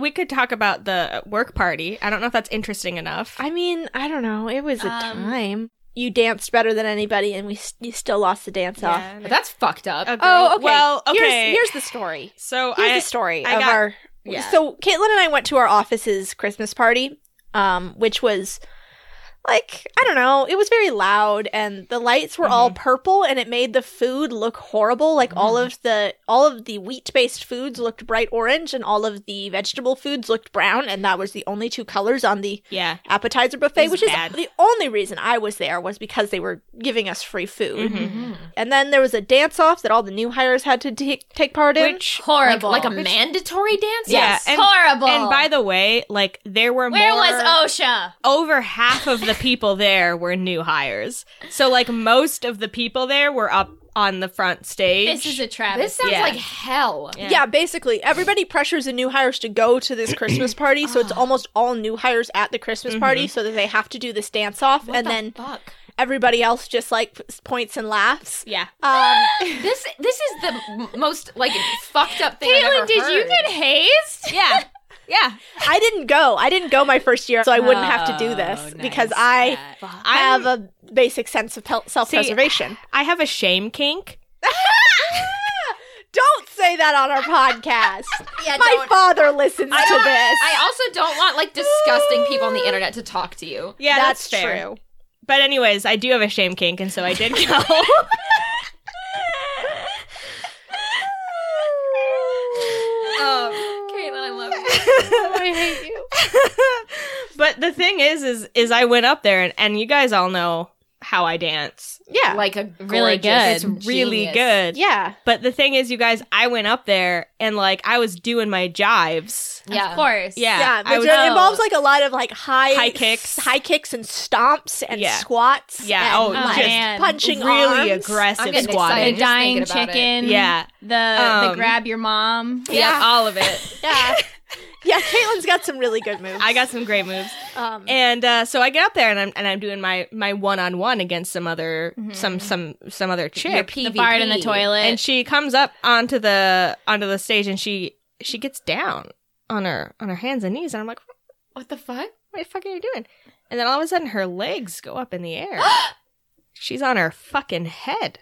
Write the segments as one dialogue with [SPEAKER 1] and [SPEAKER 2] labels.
[SPEAKER 1] we could talk about the uh, work party. I don't know if that's interesting enough.
[SPEAKER 2] I mean, I don't know. It was a
[SPEAKER 3] Um,
[SPEAKER 2] time. You danced better than anybody, and we s- you still lost the dance off.
[SPEAKER 3] But that's fucked up.
[SPEAKER 1] A girl-
[SPEAKER 2] Oh, okay.
[SPEAKER 1] Well, okay.
[SPEAKER 2] Here's, here's the story.
[SPEAKER 1] so
[SPEAKER 2] Here's
[SPEAKER 1] I
[SPEAKER 2] the story
[SPEAKER 1] I
[SPEAKER 2] of
[SPEAKER 1] got-
[SPEAKER 2] our.
[SPEAKER 3] yeah.
[SPEAKER 2] So Caitlin and I went to our office's Christmas party, um, which was like I don't know. It was very loud, and the lights were all
[SPEAKER 1] Mm-hmm.
[SPEAKER 2] purple, and it made the food look horrible. Like all
[SPEAKER 1] Mm.
[SPEAKER 2] of the all of the wheat based foods looked bright orange, and all of the vegetable foods looked brown, and that was the only two colors on the
[SPEAKER 1] yeah.
[SPEAKER 2] appetizer buffet,
[SPEAKER 1] It was
[SPEAKER 2] which is
[SPEAKER 1] bad.
[SPEAKER 2] the only reason I was there was because they were giving us free food.
[SPEAKER 1] Mhm.
[SPEAKER 2] And then there was a dance off that all the new hires had to take take part in.
[SPEAKER 1] Which
[SPEAKER 3] horrible. Like, a
[SPEAKER 1] Which-
[SPEAKER 3] mandatory dance?
[SPEAKER 1] Yeah,
[SPEAKER 3] Yes.
[SPEAKER 1] and-
[SPEAKER 3] horrible.
[SPEAKER 1] And by the way, like there were
[SPEAKER 3] Where
[SPEAKER 1] more
[SPEAKER 3] was OSHA?
[SPEAKER 1] over half of the people there were new hires. So like most of the people there were up on the front stage.
[SPEAKER 3] This is a travesty.
[SPEAKER 1] sounds Yeah. like
[SPEAKER 3] hell.
[SPEAKER 1] Yeah.
[SPEAKER 2] yeah. basically everybody pressures the new hires to go to this Christmas party, so it's almost all new hires at the Christmas party, so that they have to do this dance off, and then
[SPEAKER 3] fuck.
[SPEAKER 2] everybody else just like p- points and laughs.
[SPEAKER 1] yeah.
[SPEAKER 2] Um,
[SPEAKER 3] This this is the m- most like fucked up thing. I've ever
[SPEAKER 4] Caitlin, did you
[SPEAKER 3] heard.
[SPEAKER 4] get hazed?
[SPEAKER 1] Yeah. Yeah.
[SPEAKER 2] I didn't go. I didn't go my first year, so I wouldn't have to do this
[SPEAKER 4] Oh,
[SPEAKER 2] because
[SPEAKER 4] nice.
[SPEAKER 2] I
[SPEAKER 3] Fuck.
[SPEAKER 2] have a basic sense of pel- self-preservation.
[SPEAKER 1] I have a shame kink.
[SPEAKER 2] Don't say that on our podcast.
[SPEAKER 3] Yeah,
[SPEAKER 2] My
[SPEAKER 3] don't-
[SPEAKER 2] father listens to this.
[SPEAKER 3] I also don't want like disgusting people on the internet to talk to you.
[SPEAKER 1] Yeah, that's,
[SPEAKER 2] that's,
[SPEAKER 1] fair.
[SPEAKER 2] true.
[SPEAKER 1] But anyways, I do have a shame kink and so I did go.
[SPEAKER 3] Um, Caitlin, I love you.
[SPEAKER 2] I hate you.
[SPEAKER 1] but the thing is is is I went up there and, and you guys all know how I dance.
[SPEAKER 2] Yeah.
[SPEAKER 3] Like a
[SPEAKER 4] Really
[SPEAKER 3] gorgeous
[SPEAKER 4] good.
[SPEAKER 3] genius.
[SPEAKER 1] Really good.
[SPEAKER 2] yeah.
[SPEAKER 1] But the thing is, you guys, I went up there and like I was doing my jives.
[SPEAKER 3] Yeah.
[SPEAKER 4] Of course.
[SPEAKER 1] Yeah.
[SPEAKER 2] Yeah.
[SPEAKER 1] I
[SPEAKER 2] But
[SPEAKER 1] was-
[SPEAKER 2] it involves like a lot of like high
[SPEAKER 1] High kicks.
[SPEAKER 2] high kicks and stomps and
[SPEAKER 1] Yeah.
[SPEAKER 2] squats.
[SPEAKER 1] Yeah,
[SPEAKER 2] and,
[SPEAKER 1] oh,
[SPEAKER 2] like,
[SPEAKER 4] just Man.
[SPEAKER 2] punching
[SPEAKER 1] really
[SPEAKER 2] arms.
[SPEAKER 3] I'm
[SPEAKER 1] aggressive
[SPEAKER 3] getting
[SPEAKER 4] The
[SPEAKER 1] squatting.
[SPEAKER 3] excited. just
[SPEAKER 4] dying
[SPEAKER 3] thinking about it.
[SPEAKER 4] chicken.
[SPEAKER 1] Yeah.
[SPEAKER 4] The
[SPEAKER 1] Um,
[SPEAKER 4] the grab your mom.
[SPEAKER 3] Yeah, all of it.
[SPEAKER 2] Yeah. yeah. Caitlin's got some really good moves.
[SPEAKER 1] I got some great moves,
[SPEAKER 2] Um,
[SPEAKER 1] and uh, so I get up there and I'm and I'm doing my my one on one against some other some some some other
[SPEAKER 3] Mm-hmm. Your
[SPEAKER 1] chick,
[SPEAKER 3] PvP.
[SPEAKER 4] The fart in the toilet.
[SPEAKER 1] and she comes up onto the onto the stage and she she gets down on her on her hands and knees and I'm like,
[SPEAKER 3] What the fuck?
[SPEAKER 1] what the fuck are you doing? And then all of a sudden her legs go up in the air. She's on her fucking head.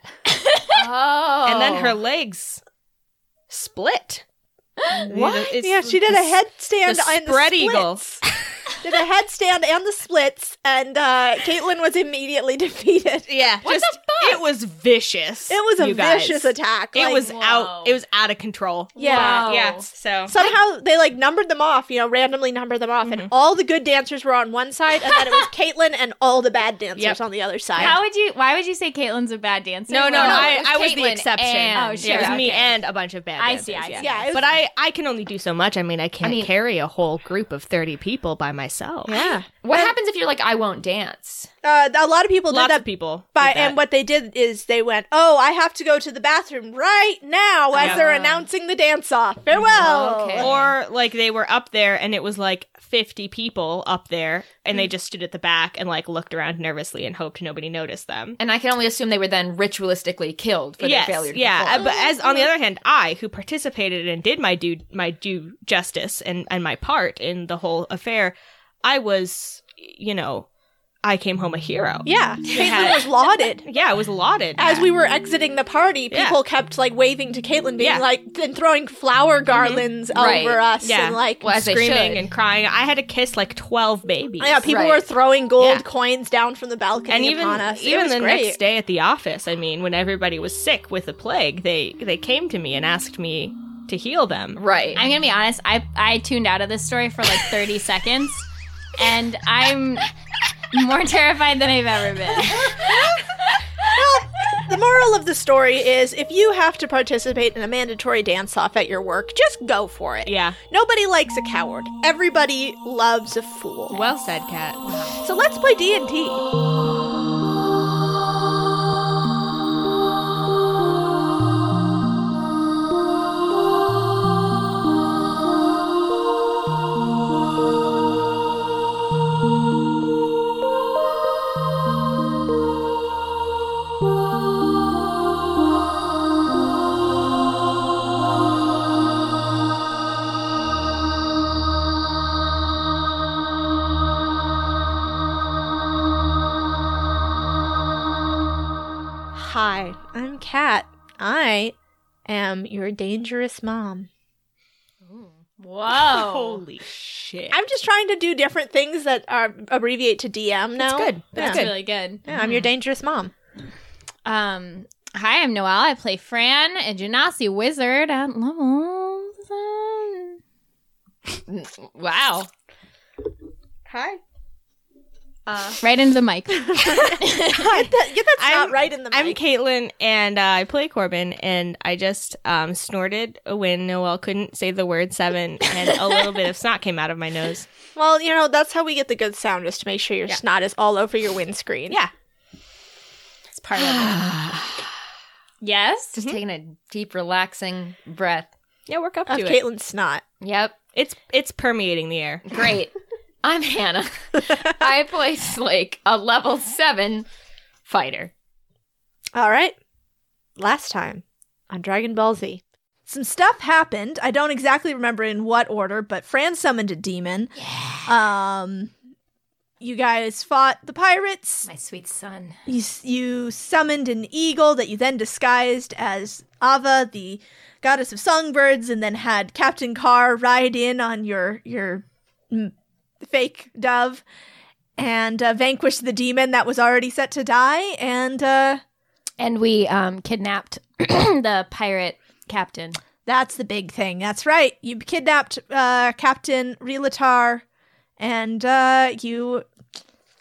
[SPEAKER 3] Oh.
[SPEAKER 1] and then her legs split.
[SPEAKER 3] What?
[SPEAKER 1] It's-
[SPEAKER 2] yeah, she did a headstand
[SPEAKER 1] the
[SPEAKER 2] and
[SPEAKER 1] spread
[SPEAKER 2] the
[SPEAKER 1] eagle.
[SPEAKER 2] splits. did a headstand and the splits, and uh, Caitlin was immediately defeated.
[SPEAKER 1] Yeah,
[SPEAKER 3] What
[SPEAKER 1] just
[SPEAKER 3] the fuck?
[SPEAKER 1] it was vicious.
[SPEAKER 2] It was a
[SPEAKER 1] you guys.
[SPEAKER 2] vicious attack.
[SPEAKER 1] It
[SPEAKER 2] Like,
[SPEAKER 1] was
[SPEAKER 3] Whoa.
[SPEAKER 1] out. It was out of control.
[SPEAKER 2] Yeah.
[SPEAKER 3] Wow.
[SPEAKER 1] Yeah. Oh. So
[SPEAKER 2] Somehow they like numbered them off, you know, randomly numbered them off,
[SPEAKER 1] Mm-hmm.
[SPEAKER 2] and all the good dancers were on one side, and then it was Caitlyn and all the bad dancers
[SPEAKER 1] Yep.
[SPEAKER 2] on the other side.
[SPEAKER 4] How would you? Why would you say Caitlin's a bad dancer?
[SPEAKER 1] no, no, no.
[SPEAKER 4] Well,
[SPEAKER 1] I,
[SPEAKER 3] it was
[SPEAKER 1] I was the
[SPEAKER 3] Caitlyn
[SPEAKER 1] exception.
[SPEAKER 3] and-
[SPEAKER 4] Oh,
[SPEAKER 1] Yeah, it was
[SPEAKER 4] sure,
[SPEAKER 1] me
[SPEAKER 4] okay.
[SPEAKER 1] and a bunch of bad.
[SPEAKER 4] I
[SPEAKER 1] dancers,
[SPEAKER 4] see, I see.
[SPEAKER 2] Yeah, it was-
[SPEAKER 1] but I I can only do so much. I mean, I can't
[SPEAKER 3] mean-
[SPEAKER 1] carry a whole group of thirty people by myself.
[SPEAKER 2] Yeah,
[SPEAKER 3] What happens if you're like, I won't dance?
[SPEAKER 2] uh, a lot of people
[SPEAKER 1] Lots
[SPEAKER 2] did
[SPEAKER 1] of
[SPEAKER 2] that.
[SPEAKER 1] people.
[SPEAKER 2] But
[SPEAKER 1] did that.
[SPEAKER 2] and what they did is they went, "Oh, I have to go to the bathroom right now," as
[SPEAKER 1] Yeah. Oh,
[SPEAKER 2] they're announcing the dance off. Farewell.
[SPEAKER 3] Okay.
[SPEAKER 1] Or like they were up there and it was like 50 people up there and they just stood at the back and like looked around nervously and hoped nobody noticed them.
[SPEAKER 3] And I can only assume they were then ritualistically killed for
[SPEAKER 1] yes,
[SPEAKER 3] their failure to
[SPEAKER 1] yeah.
[SPEAKER 3] perform.
[SPEAKER 1] uh, But as on the other hand, I who participated and did my due my due justice and and my part in the whole affair, I was you know, I came home a hero.
[SPEAKER 2] Yeah, Caitlyn was lauded.
[SPEAKER 1] Yeah, I was lauded.
[SPEAKER 2] As we were exiting the party,
[SPEAKER 1] Yeah.
[SPEAKER 2] people kept like waving to Caitlyn, being
[SPEAKER 1] Yeah. Mm-hmm.
[SPEAKER 2] like, and throwing flower garlands
[SPEAKER 3] Right.
[SPEAKER 2] over us,
[SPEAKER 1] Yeah.
[SPEAKER 2] and like,
[SPEAKER 3] Well, as they
[SPEAKER 1] screaming
[SPEAKER 3] should.
[SPEAKER 1] and crying. I had to kiss like 12 babies.
[SPEAKER 2] yeah, people
[SPEAKER 3] Right.
[SPEAKER 2] were throwing gold
[SPEAKER 1] Yeah.
[SPEAKER 2] coins down from the balcony
[SPEAKER 1] and even
[SPEAKER 2] upon us. It
[SPEAKER 1] even
[SPEAKER 2] was
[SPEAKER 1] the
[SPEAKER 2] great.
[SPEAKER 1] next day at the office, I mean, when everybody was sick with the plague, they they came to me and asked me to heal them.
[SPEAKER 3] right.
[SPEAKER 4] I'm gonna be honest. I I tuned out of this story for like 30 seconds, and I'm more terrified than I've ever been.
[SPEAKER 2] The moral of the story is if you have to participate in a mandatory dance off at your work, just go for it.
[SPEAKER 1] Yeah.
[SPEAKER 2] Nobody likes a coward. Everybody loves a fool.
[SPEAKER 1] Well said, Kat.
[SPEAKER 2] So let's play D&D. Hi, I'm Kat. I am your dangerous mom.
[SPEAKER 1] Oh.
[SPEAKER 4] Whoa.
[SPEAKER 1] Holy shit.
[SPEAKER 2] I'm just trying to do different things that are abbreviate to DM now.
[SPEAKER 1] That's good.
[SPEAKER 4] That's
[SPEAKER 1] That's good.
[SPEAKER 4] really good.
[SPEAKER 2] Yeah, Mm-hmm. I'm your dangerous mom.
[SPEAKER 4] Um, hi, I'm Noelle. I play Fran, a Genasi wizard at level. seven.
[SPEAKER 3] Wow.
[SPEAKER 2] Hi.
[SPEAKER 3] Uh,
[SPEAKER 4] Right into the mic.
[SPEAKER 2] Get, that, get that's
[SPEAKER 1] I'm-
[SPEAKER 2] not right in the mic.
[SPEAKER 1] I'm Caitlin, and uh, I play Corbin, and I just um, snorted when Noel couldn't say the word seven, and a little bit of snot came out of my nose.
[SPEAKER 2] well, you know, that's how we get the good sound is to make sure your snot is all over your windscreen.
[SPEAKER 1] Yeah.
[SPEAKER 4] It's part of it. Yes.
[SPEAKER 3] just taking a deep, relaxing breath.
[SPEAKER 1] Yeah, work up
[SPEAKER 2] Of
[SPEAKER 1] to it.
[SPEAKER 2] Caitlin's snot.
[SPEAKER 3] Yep.
[SPEAKER 1] It's it's permeating the air.
[SPEAKER 3] Great. I'm Hannah. I play Slake, a level seven fighter.
[SPEAKER 2] All right. Last time on Dragon Ball Z. Some stuff happened. I don't exactly remember in what order, but Fran summoned a demon. Um you guys fought the pirates.
[SPEAKER 3] My sweet son.
[SPEAKER 2] You, s- you summoned an eagle that you then disguised as Ava, the goddess of songbirds, and then had Captain Carr ride in on your your mm, fake dove and uh, vanquish the demon that was already set to die. And uh,
[SPEAKER 4] And we um, kidnapped the pirate captain.
[SPEAKER 2] that's the big thing. That's right. You kidnapped uh, Captain Relatar, and uh, you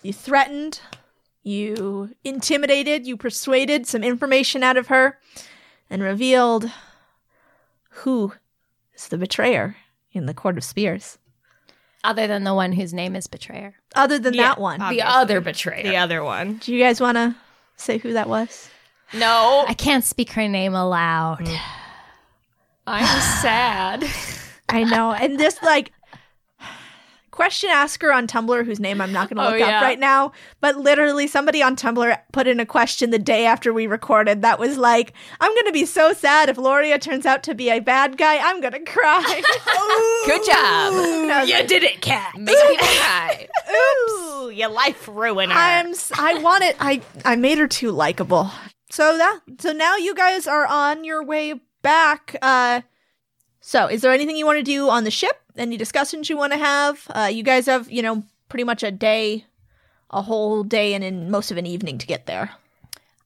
[SPEAKER 2] you threatened, you intimidated, you persuaded some information out of her, and revealed who is the betrayer in the Court of Spears.
[SPEAKER 4] Other than the one whose name is Betrayer.
[SPEAKER 2] Other than
[SPEAKER 1] Yeah,
[SPEAKER 2] that one,
[SPEAKER 1] uh,
[SPEAKER 3] The
[SPEAKER 1] Obviously.
[SPEAKER 3] other betrayer.
[SPEAKER 1] The other one.
[SPEAKER 2] do you guys want to say who that was?
[SPEAKER 3] No.
[SPEAKER 4] I can't speak her name aloud.
[SPEAKER 3] I'm sad.
[SPEAKER 2] I know. And this like question asker on Tumblr whose name I'm not going to
[SPEAKER 3] Oh,
[SPEAKER 2] look
[SPEAKER 3] yeah.
[SPEAKER 2] up right now, but literally somebody on Tumblr put in a question the day after we recorded that was like, "I'm going to be so sad if Loria turns out to be a bad guy. I'm going to cry."
[SPEAKER 3] Good job.
[SPEAKER 2] And I was like,
[SPEAKER 1] did it, cat.
[SPEAKER 3] Make people cry.
[SPEAKER 1] Oops. Your life ruiner.
[SPEAKER 2] I'm s- I want it. I I made her too likable. So that so now you guys are on your way back. Uh, so is there anything you want to do on the ship? Any discussions you want to have? Uh, you guys have you know pretty much a day, a whole day, and in most of an evening to get there.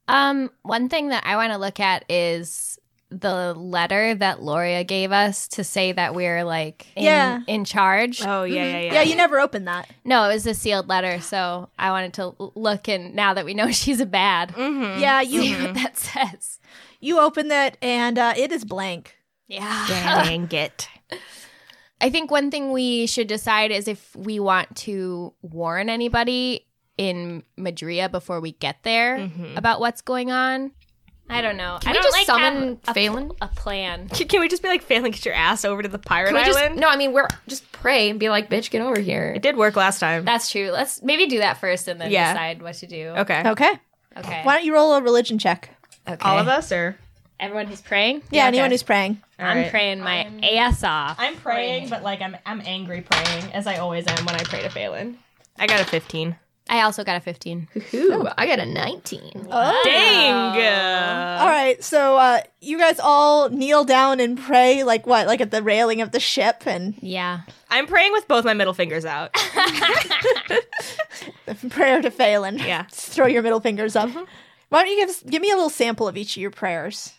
[SPEAKER 4] Um, one thing that I want to look at is the letter that Loria gave us to say that we're like in,
[SPEAKER 2] Yeah.
[SPEAKER 4] in charge.
[SPEAKER 1] oh yeah, yeah, yeah.
[SPEAKER 2] Yeah, you never opened that.
[SPEAKER 4] No, it was a sealed letter, so I wanted to l- look and now that we know she's a bad,
[SPEAKER 1] Mhm.
[SPEAKER 2] Yeah,
[SPEAKER 4] see
[SPEAKER 2] you
[SPEAKER 4] what that says.
[SPEAKER 2] you opened that, and uh, it is blank.
[SPEAKER 4] Yeah.
[SPEAKER 1] Dang it.
[SPEAKER 4] I think one thing we should decide is if we want to warn anybody in Madria before we get there
[SPEAKER 1] Mhm.
[SPEAKER 4] about what's going on. I don't know.
[SPEAKER 3] Can
[SPEAKER 4] I
[SPEAKER 3] we
[SPEAKER 4] don't
[SPEAKER 3] just
[SPEAKER 4] like
[SPEAKER 3] summon
[SPEAKER 4] have a,
[SPEAKER 3] Phelan?
[SPEAKER 4] a plan.
[SPEAKER 1] Can can we just be like, Phelan, get your ass over to the pirate
[SPEAKER 3] Can we just,
[SPEAKER 1] island?
[SPEAKER 3] no, I mean, we're just pray and be like, bitch, get over here.
[SPEAKER 1] It did work last time.
[SPEAKER 4] That's true. Let's maybe do that first and then
[SPEAKER 1] Yeah.
[SPEAKER 4] decide what to do.
[SPEAKER 1] okay.
[SPEAKER 2] Okay,
[SPEAKER 4] Okay.
[SPEAKER 2] why don't you roll a religion check?
[SPEAKER 3] Okay.
[SPEAKER 1] All of us or
[SPEAKER 4] Everyone who's praying?
[SPEAKER 2] Yeah,
[SPEAKER 1] Yeah,
[SPEAKER 2] anyone
[SPEAKER 1] okay.
[SPEAKER 2] who's praying.
[SPEAKER 4] I'm
[SPEAKER 1] Alright.
[SPEAKER 4] praying my ass off.
[SPEAKER 1] I'm praying, but like I'm I'm angry praying, as I always am when I pray to Phelan. I got a 15.
[SPEAKER 4] I also got a 15.
[SPEAKER 3] Ooh, I got a 19.
[SPEAKER 2] Oh.
[SPEAKER 1] Dang!
[SPEAKER 2] All right, so uh, you guys all kneel down and pray, like what, like at the railing of the ship, and
[SPEAKER 4] Yeah.
[SPEAKER 1] I'm praying with both my middle fingers out.
[SPEAKER 2] the prayer to Phelan.
[SPEAKER 1] Yeah.
[SPEAKER 2] Just throw your middle fingers up. Why don't you give us, give me a little sample of each of your prayers?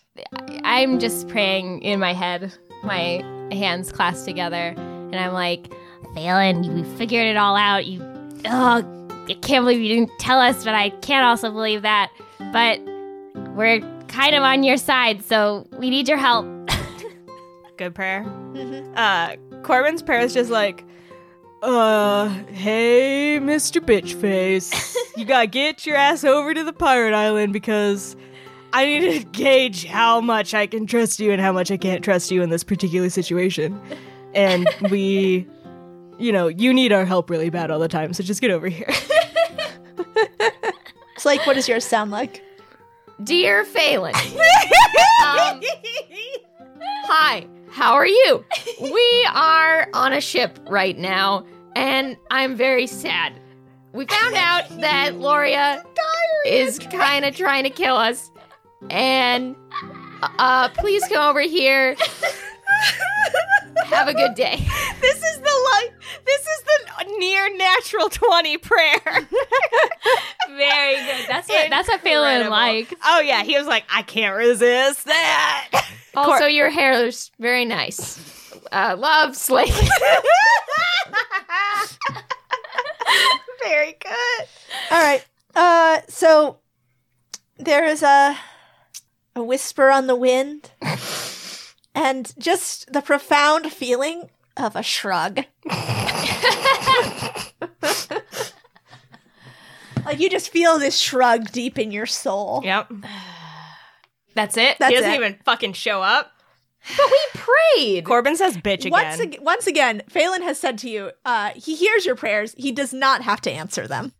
[SPEAKER 4] I'm just praying in my head, my hands clasped together, and I'm like, Phelan, you figured it all out. You, oh, I can't believe you didn't tell us, but I can't also believe that. But we're kind of on your side, so we need your help.
[SPEAKER 1] Good prayer. Uh, Corbin's prayer is just like, uh, hey, Mr. Bitchface, you gotta get your ass over to the pirate island because I need to gauge how much I can trust you and how much I can't trust you in this particular situation. And we, you know, you need our help really bad all the time, so just get over here.
[SPEAKER 2] It's like, what does yours sound like?
[SPEAKER 3] Dear Phelan. um, hi, how are you? We are on a ship right now, and I'm very sad. We found out that Loria is kind of trying to kill us, and uh, please come over here. Have a good day.
[SPEAKER 1] This is the like. This is the near natural twenty prayer.
[SPEAKER 4] Very good. That's what that's what Phelan
[SPEAKER 1] Incredible.
[SPEAKER 4] like.
[SPEAKER 1] oh yeah, he was like, I can't resist that.
[SPEAKER 3] Also, your hair is very nice. Uh, love, Slake.
[SPEAKER 2] Very good. All right. Uh, so there is a a whisper on the wind, and just the profound feeling of a shrug. like you just feel this shrug deep in your soul.
[SPEAKER 1] Yep.
[SPEAKER 4] That's it.
[SPEAKER 2] That's
[SPEAKER 1] he doesn't
[SPEAKER 2] it.
[SPEAKER 1] even fucking show up.
[SPEAKER 3] Prayed.
[SPEAKER 1] Corbin says bitch again.
[SPEAKER 2] Once, ag- once again, Phelan has said to you, uh, he hears your prayers. He does not have to answer them.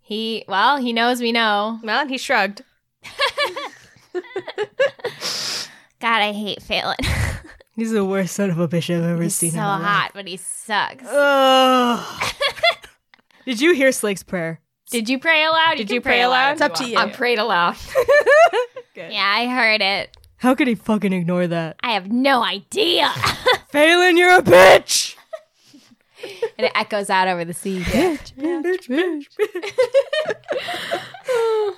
[SPEAKER 4] He well, he knows we know.
[SPEAKER 1] well, and he shrugged.
[SPEAKER 4] God, I hate Phelan.
[SPEAKER 1] He's the worst son of a bitch I've ever
[SPEAKER 4] He's so hot, but he sucks.
[SPEAKER 1] Ugh. Did you hear Slake's prayer?
[SPEAKER 4] Did you pray aloud?
[SPEAKER 1] Did
[SPEAKER 4] can
[SPEAKER 1] you pray aloud?
[SPEAKER 4] if
[SPEAKER 2] It's up to you.
[SPEAKER 3] I prayed aloud.
[SPEAKER 4] want. Yeah, I heard it.
[SPEAKER 1] How could he fucking ignore that?
[SPEAKER 4] I have no idea.
[SPEAKER 1] Phelan, you're a bitch!
[SPEAKER 4] and it echoes out over the sea.
[SPEAKER 1] Bitch, bitch, bitch.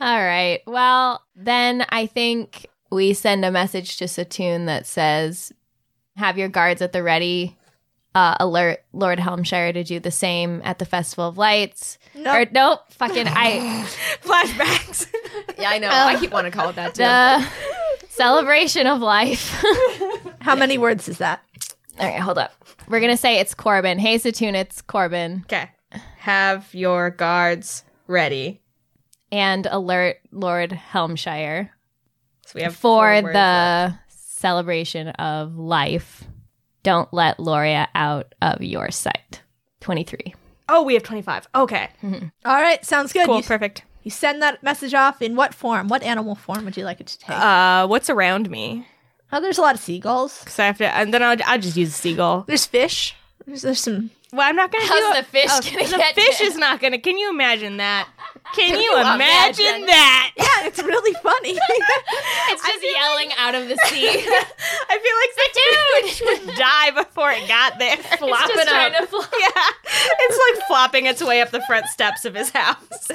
[SPEAKER 4] All right. Well, then I think we send a message to Satoon that says, "Have your guards at the ready. Uh, alert Lord Helmshire to do the same at the Festival of Lights."
[SPEAKER 2] Nope.
[SPEAKER 4] Or nope, fucking I.
[SPEAKER 1] Flashbacks.
[SPEAKER 3] Yeah, I know.
[SPEAKER 1] Oh.
[SPEAKER 3] I keep wanting to call it that too.
[SPEAKER 4] the celebration of life.
[SPEAKER 2] How many words is that?
[SPEAKER 4] All right, hold up. We're gonna say it's Corbin. Hey, Satoon, it's Corbin,
[SPEAKER 1] Okay. Have your guards ready.
[SPEAKER 4] and alert Lord Helmshire
[SPEAKER 1] So we have
[SPEAKER 4] for
[SPEAKER 1] four
[SPEAKER 4] the
[SPEAKER 1] words left.
[SPEAKER 4] celebration of life. Don't let Loria out of your sight. Twenty-three.
[SPEAKER 1] Oh, we have 25. Okay.
[SPEAKER 2] All right, sounds good.
[SPEAKER 1] Cool.
[SPEAKER 2] You-
[SPEAKER 1] Perfect.
[SPEAKER 2] You send that message off in what form? What animal form would you like it to take?
[SPEAKER 1] Uh, what's around me?
[SPEAKER 2] oh, there's a lot of seagulls.
[SPEAKER 1] Because I have to, and then I'll, I'll just use a seagull.
[SPEAKER 2] There's fish. There's, there's some.
[SPEAKER 1] Well, I'm not gonna
[SPEAKER 4] How's
[SPEAKER 1] do
[SPEAKER 4] the fish
[SPEAKER 1] oh,
[SPEAKER 4] gonna
[SPEAKER 1] the
[SPEAKER 4] get
[SPEAKER 1] fish
[SPEAKER 4] you?
[SPEAKER 1] is not gonna. Can you imagine that? Can, you,
[SPEAKER 4] you
[SPEAKER 1] imagine,
[SPEAKER 4] imagine?
[SPEAKER 1] that?
[SPEAKER 2] Yeah, it's really funny.
[SPEAKER 4] It's just yelling out of the sea.
[SPEAKER 1] I feel like the dude would die before it got there.
[SPEAKER 4] Flopping
[SPEAKER 1] It's just trying
[SPEAKER 4] up.
[SPEAKER 1] to fly. Yeah, it's like flopping its way up the front steps of his house.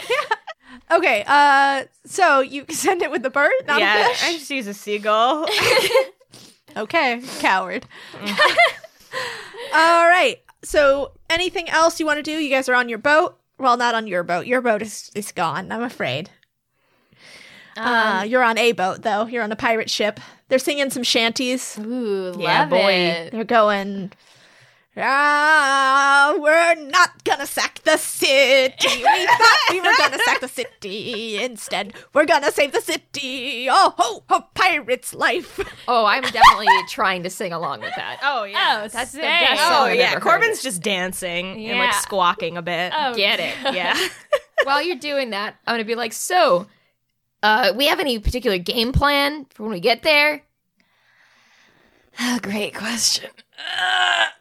[SPEAKER 2] okay, uh, so you send it with the bird, not
[SPEAKER 1] yeah,
[SPEAKER 2] a
[SPEAKER 1] I
[SPEAKER 2] fish.
[SPEAKER 1] just use a seagull.
[SPEAKER 2] Okay, coward. Mm. All right. So, anything else you want to do? You guys are on your boat. Well, not on your boat. Your boat is is gone. I'm afraid. uh, you're on a boat though. You're on a pirate ship. They're singing some shanties.
[SPEAKER 4] Ooh,
[SPEAKER 1] Yeah,
[SPEAKER 4] love
[SPEAKER 1] boy.
[SPEAKER 4] it.
[SPEAKER 2] They're going. Ah, we're not gonna sack the city. We thought we were gonna sack the city. Instead, we're gonna save the city. Oh ho, ho pirate's life.
[SPEAKER 3] Oh, I'm definitely trying to sing along with that.
[SPEAKER 1] Oh yeah.
[SPEAKER 4] Oh,
[SPEAKER 3] That's the
[SPEAKER 4] sick.
[SPEAKER 3] best
[SPEAKER 1] Oh,
[SPEAKER 3] song I've
[SPEAKER 1] yeah,
[SPEAKER 3] ever heard.
[SPEAKER 1] Corbin's just dancing and like
[SPEAKER 4] Yeah.
[SPEAKER 1] squawking a bit.
[SPEAKER 4] Oh,
[SPEAKER 3] Get it.
[SPEAKER 1] Yeah,
[SPEAKER 3] While you're doing that, I'm gonna be like, so, uh, we have any particular game plan for when we get there?
[SPEAKER 4] Oh, great question.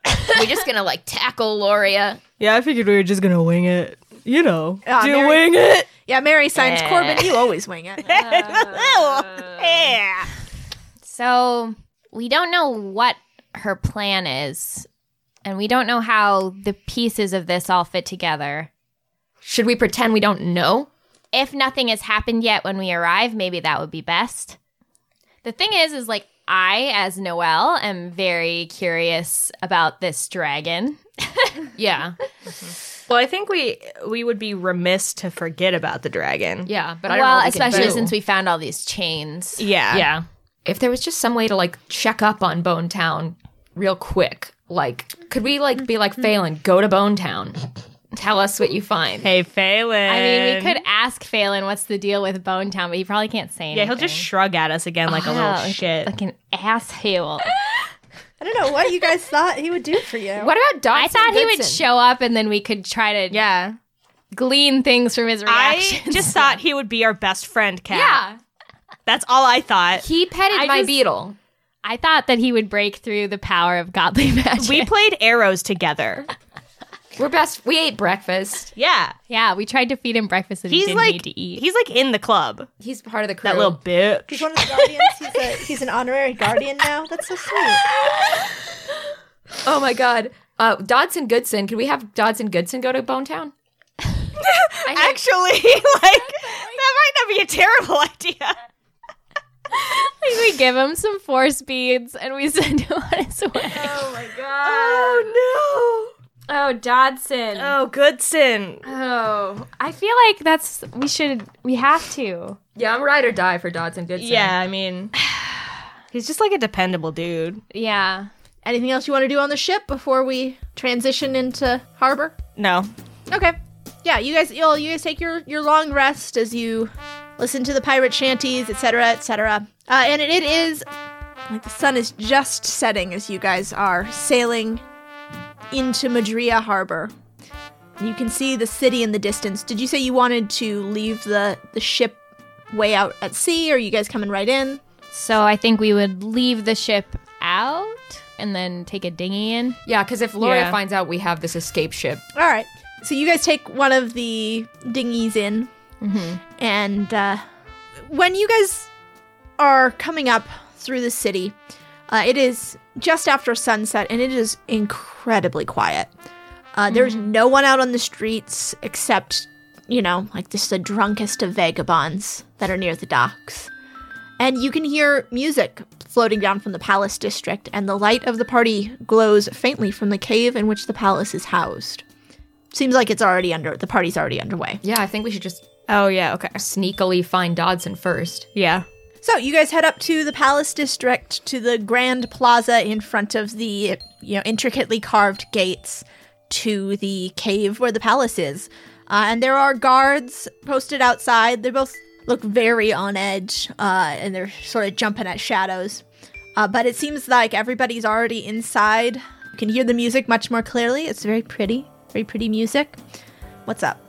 [SPEAKER 3] We're just gonna like tackle Loria.
[SPEAKER 1] yeah. I figured we were just gonna wing it. You know,
[SPEAKER 2] Ah,
[SPEAKER 1] do
[SPEAKER 2] Mary-
[SPEAKER 1] wing it.
[SPEAKER 2] Yeah, Mary signs
[SPEAKER 3] Yeah.
[SPEAKER 2] Corbin. You always wing it.
[SPEAKER 1] yeah.
[SPEAKER 4] So we don't know what her plan is, and we don't know how the pieces of this all fit together.
[SPEAKER 3] Should we pretend we don't know?
[SPEAKER 4] If nothing has happened yet when we arrive, maybe that would be best. The thing is, is like I, as Noelle, am very curious about this dragon.
[SPEAKER 3] Yeah,
[SPEAKER 1] Well, I think we we would be remiss to forget about the dragon.
[SPEAKER 3] yeah, but I don't know.
[SPEAKER 4] Well,
[SPEAKER 3] what we can
[SPEAKER 4] especially
[SPEAKER 3] do.
[SPEAKER 4] since we found all these chains.
[SPEAKER 1] Yeah.
[SPEAKER 3] yeah. If there was just some way to like check up on Bone Town real quick, like could we like be
[SPEAKER 1] Mm-hmm.
[SPEAKER 3] like Phelan, go to Bone Town, tell us what you find.
[SPEAKER 1] Hey, Phelan.
[SPEAKER 4] I mean, we could ask Phelan what's the deal with Bone Town, but he probably can't say anything.
[SPEAKER 1] Yeah, he'll just shrug at us again like a
[SPEAKER 4] Yeah,
[SPEAKER 1] little
[SPEAKER 4] like-
[SPEAKER 1] shit.
[SPEAKER 4] Like an asshole.
[SPEAKER 2] I don't know what you guys thought he would do for you.
[SPEAKER 3] What about Dodson?
[SPEAKER 4] I thought he would
[SPEAKER 3] Goodson?
[SPEAKER 4] show up and then we could try to
[SPEAKER 1] yeah.
[SPEAKER 4] glean things from his
[SPEAKER 1] I
[SPEAKER 4] reactions.
[SPEAKER 1] just thought he would be our best friend, Cat.
[SPEAKER 3] Yeah,
[SPEAKER 1] That's all I thought.
[SPEAKER 3] he petted
[SPEAKER 4] I
[SPEAKER 3] my
[SPEAKER 4] just-
[SPEAKER 3] beetle.
[SPEAKER 4] I, thought that he would break through the power of godly magic.
[SPEAKER 1] We played arrows together.
[SPEAKER 3] We're best. We ate breakfast.
[SPEAKER 1] Yeah.
[SPEAKER 4] Yeah, we tried to feed him breakfast and he
[SPEAKER 1] He's
[SPEAKER 4] didn't
[SPEAKER 1] like
[SPEAKER 4] need to eat.
[SPEAKER 1] he's like in the club.
[SPEAKER 3] He's part of the crew.
[SPEAKER 1] That little
[SPEAKER 2] He's
[SPEAKER 1] bitch.
[SPEAKER 2] one of the guardians. He's, a, he's an honorary guardian now. That's so sweet.
[SPEAKER 3] Oh my god. Uh, Dodson Goodson. Can we have Dodson Goodson go to Bonetown? I hate-
[SPEAKER 1] Actually, like that might not be a terrible idea.
[SPEAKER 4] we give him some force beads and we send him on his way.
[SPEAKER 3] oh my god.
[SPEAKER 1] Oh
[SPEAKER 4] Oh, Dodson.
[SPEAKER 3] Uh,
[SPEAKER 1] no. Oh, Goodson.
[SPEAKER 4] Oh, I feel like that's we should we have to.
[SPEAKER 3] Yeah, I'm ride or die for Dodson Goodson.
[SPEAKER 1] Yeah, I mean, he's just like a dependable dude.
[SPEAKER 4] Yeah.
[SPEAKER 2] Anything else you want to do on the ship before we transition into harbor?
[SPEAKER 1] No.
[SPEAKER 2] Okay. Yeah, you guys, you you guys take your your long rest as you listen to the pirate shanties, etc., etc. Uh, and it, it is like the sun is just setting as you guys are sailing into Madria Harbor. You can see the city in the distance. Did you say you wanted to leave the the ship way out at sea, or are you guys coming right in?
[SPEAKER 4] So I think we would leave the ship out and then take a dinghy in.
[SPEAKER 3] Yeah, because if Gloria
[SPEAKER 4] Yeah.
[SPEAKER 3] finds out we have this escape ship,
[SPEAKER 2] All right. So you guys take one of the dinghies in, and uh, when you guys are coming up through the city, uh, it is just after sunset, and it is incredibly quiet. Uh, There's no one out on the streets except, you know, like just the drunkest of vagabonds that are near the docks. And you can hear music floating down from the palace district, and the light of the party glows faintly from the cave in which the palace is housed. Seems like it's already under the party's already underway.
[SPEAKER 3] yeah, I think we should just
[SPEAKER 1] Oh yeah. Okay.
[SPEAKER 3] sneakily find Dodson first.
[SPEAKER 1] Yeah.
[SPEAKER 2] So you guys head up to the palace district to the grand plaza in front of the you know intricately carved gates to the cave where the palace is, uh, and there are guards posted outside. They both look very on edge, uh, and they're sort of jumping at shadows. Uh, but it seems like everybody's already inside. You can hear the music much more clearly. It's very pretty, very pretty music. What's up?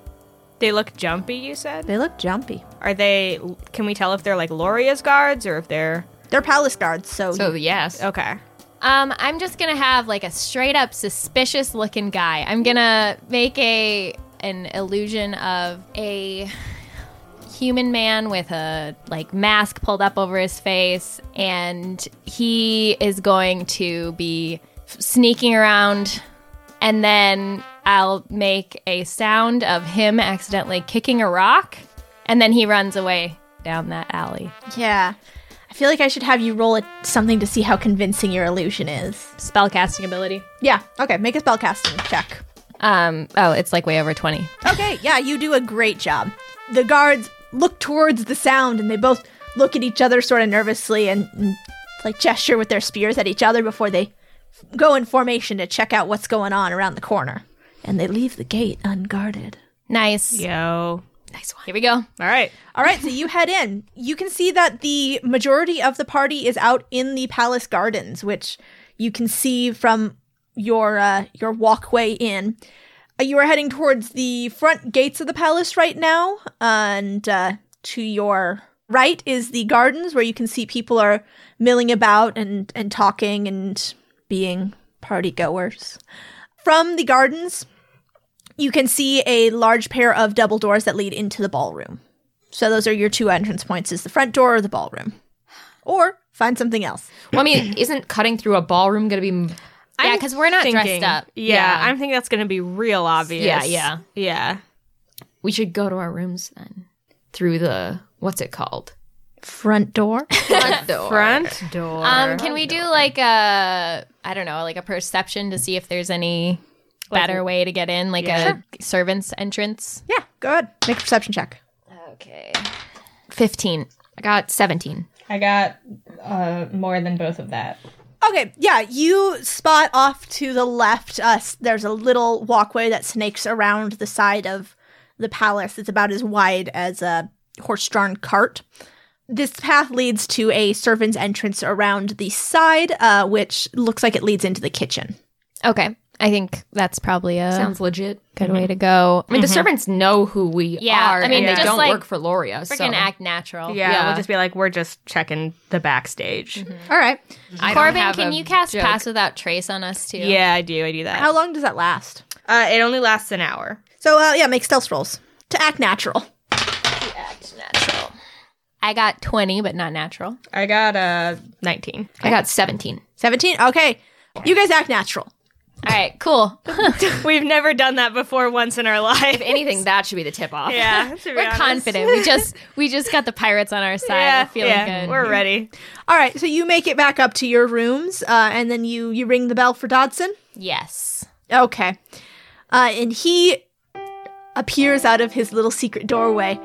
[SPEAKER 1] They look jumpy. You said.
[SPEAKER 2] They look jumpy.
[SPEAKER 1] Are they? Can we tell if they're like Loria's guards or if they're?
[SPEAKER 2] They're palace guards, so,
[SPEAKER 3] So yes.
[SPEAKER 1] Okay.
[SPEAKER 4] Um, I'm just gonna have like a straight up suspicious looking guy. I'm gonna make a an illusion of a human man with a like mask pulled up over his face, and he is going to be f- sneaking around, and then I'll make a sound of him accidentally kicking a rock, and then he runs away down that alley.
[SPEAKER 2] Yeah. I feel like I should have you roll it something to see how convincing your illusion is.
[SPEAKER 4] Spellcasting ability.
[SPEAKER 2] Yeah. Okay. Make a spellcasting check.
[SPEAKER 4] Um, oh, it's like way over twenty.
[SPEAKER 2] Okay. Yeah, you do a great job. The guards look towards the sound and they both look at each other sort of nervously and, and like gesture with their spears at each other before they go in formation to check out what's going on around the corner. And they leave the gate unguarded.
[SPEAKER 4] Nice.
[SPEAKER 1] Yo.
[SPEAKER 3] Nice one.
[SPEAKER 4] Here we go.
[SPEAKER 1] All right.
[SPEAKER 2] All right, so you head in. You can see that the majority of the party is out in the palace gardens, which you can see from your uh, your walkway in. Uh, You are heading towards the front gates of the palace right now, and uh, to your right is the gardens where you can see people are milling about and and talking and being party goers. From the gardens, you can see a large pair of double doors that lead into the ballroom. So those are your two entrance points is the front door or the ballroom. Or find something else.
[SPEAKER 3] Well, I mean, isn't cutting through a ballroom gonna be? m-
[SPEAKER 4] Yeah, because we're not
[SPEAKER 1] Thinking.
[SPEAKER 4] dressed up.
[SPEAKER 1] Yeah, I'm thinking that's gonna be real obvious.
[SPEAKER 3] Yeah, yeah.
[SPEAKER 1] yeah.
[SPEAKER 3] We should go to our rooms then. Through the what's it called?
[SPEAKER 2] Front door?
[SPEAKER 3] Front door.
[SPEAKER 1] Front door.
[SPEAKER 4] Um, can we do like a I don't know, like a perception to see if there's any better way to get in, like
[SPEAKER 1] Yeah.
[SPEAKER 4] a servant's entrance?
[SPEAKER 2] yeah, go ahead. Make a perception check.
[SPEAKER 4] Okay. Fifteen.
[SPEAKER 3] I got seventeen.
[SPEAKER 1] I got uh, more than both of that.
[SPEAKER 2] Okay, yeah, you spot off to the left. Uh, s- there's a little walkway that snakes around the side of the palace. It's about as wide as a horse-drawn cart. This path leads to a servant's entrance around the side, uh, which looks like it leads into the kitchen.
[SPEAKER 4] Okay. I think that's probably a
[SPEAKER 3] Sounds legit. Mm-hmm.
[SPEAKER 4] good way to go.
[SPEAKER 3] I mean, the servants know who we
[SPEAKER 4] Yeah,
[SPEAKER 3] are,
[SPEAKER 4] I mean,
[SPEAKER 3] and they
[SPEAKER 4] just
[SPEAKER 3] don't
[SPEAKER 4] like-
[SPEAKER 3] work for Loria. So.
[SPEAKER 4] Freaking act natural.
[SPEAKER 1] Yeah,
[SPEAKER 3] Yeah.
[SPEAKER 1] we'll just be like, we're just checking the backstage.
[SPEAKER 4] Mm-hmm.
[SPEAKER 2] All right.
[SPEAKER 3] I don't
[SPEAKER 4] Corbin,
[SPEAKER 3] have
[SPEAKER 4] can
[SPEAKER 3] a
[SPEAKER 4] you cast
[SPEAKER 3] joke.
[SPEAKER 4] pass without trace on us too?
[SPEAKER 1] Yeah, I do. I do that.
[SPEAKER 2] How long does that last?
[SPEAKER 3] Uh, it only lasts an hour.
[SPEAKER 2] So, uh, yeah, make stealth rolls to act natural.
[SPEAKER 3] Natural.
[SPEAKER 4] I got 20, but not natural.
[SPEAKER 3] I got uh, 19. I got 17.
[SPEAKER 2] 17? Okay. You guys act natural.
[SPEAKER 4] All right, cool.
[SPEAKER 1] We've never done that before once in our life.
[SPEAKER 3] If anything, that should be the tip off.
[SPEAKER 1] yeah, to be
[SPEAKER 4] We're
[SPEAKER 1] honest.
[SPEAKER 4] confident. We just we just got the pirates on our side.
[SPEAKER 1] Yeah,
[SPEAKER 4] We're feeling
[SPEAKER 1] yeah,
[SPEAKER 4] good.
[SPEAKER 1] We're ready.
[SPEAKER 2] All right, so you make it back up to your rooms, uh, and then you you ring the bell for Dodson.
[SPEAKER 4] yes.
[SPEAKER 2] Okay, uh, and he appears out of his little secret doorway.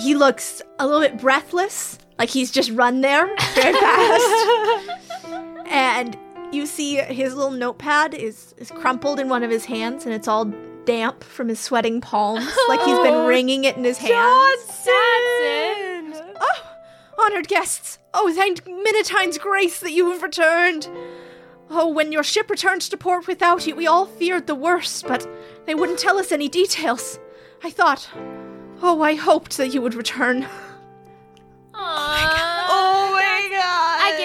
[SPEAKER 2] He looks a little bit breathless, like he's just run there very fast. and you see his little notepad is is crumpled in one of his hands, and it's all damp from his sweating palms, like he's been wringing it in his hands. Oh, honored guests! Oh, thank Minatine's grace that you have returned! Oh, when your ship returned to port without you, we all feared the worst, but they wouldn't tell us any details. I thought, oh, I hoped that you would return.
[SPEAKER 4] Oh my god. I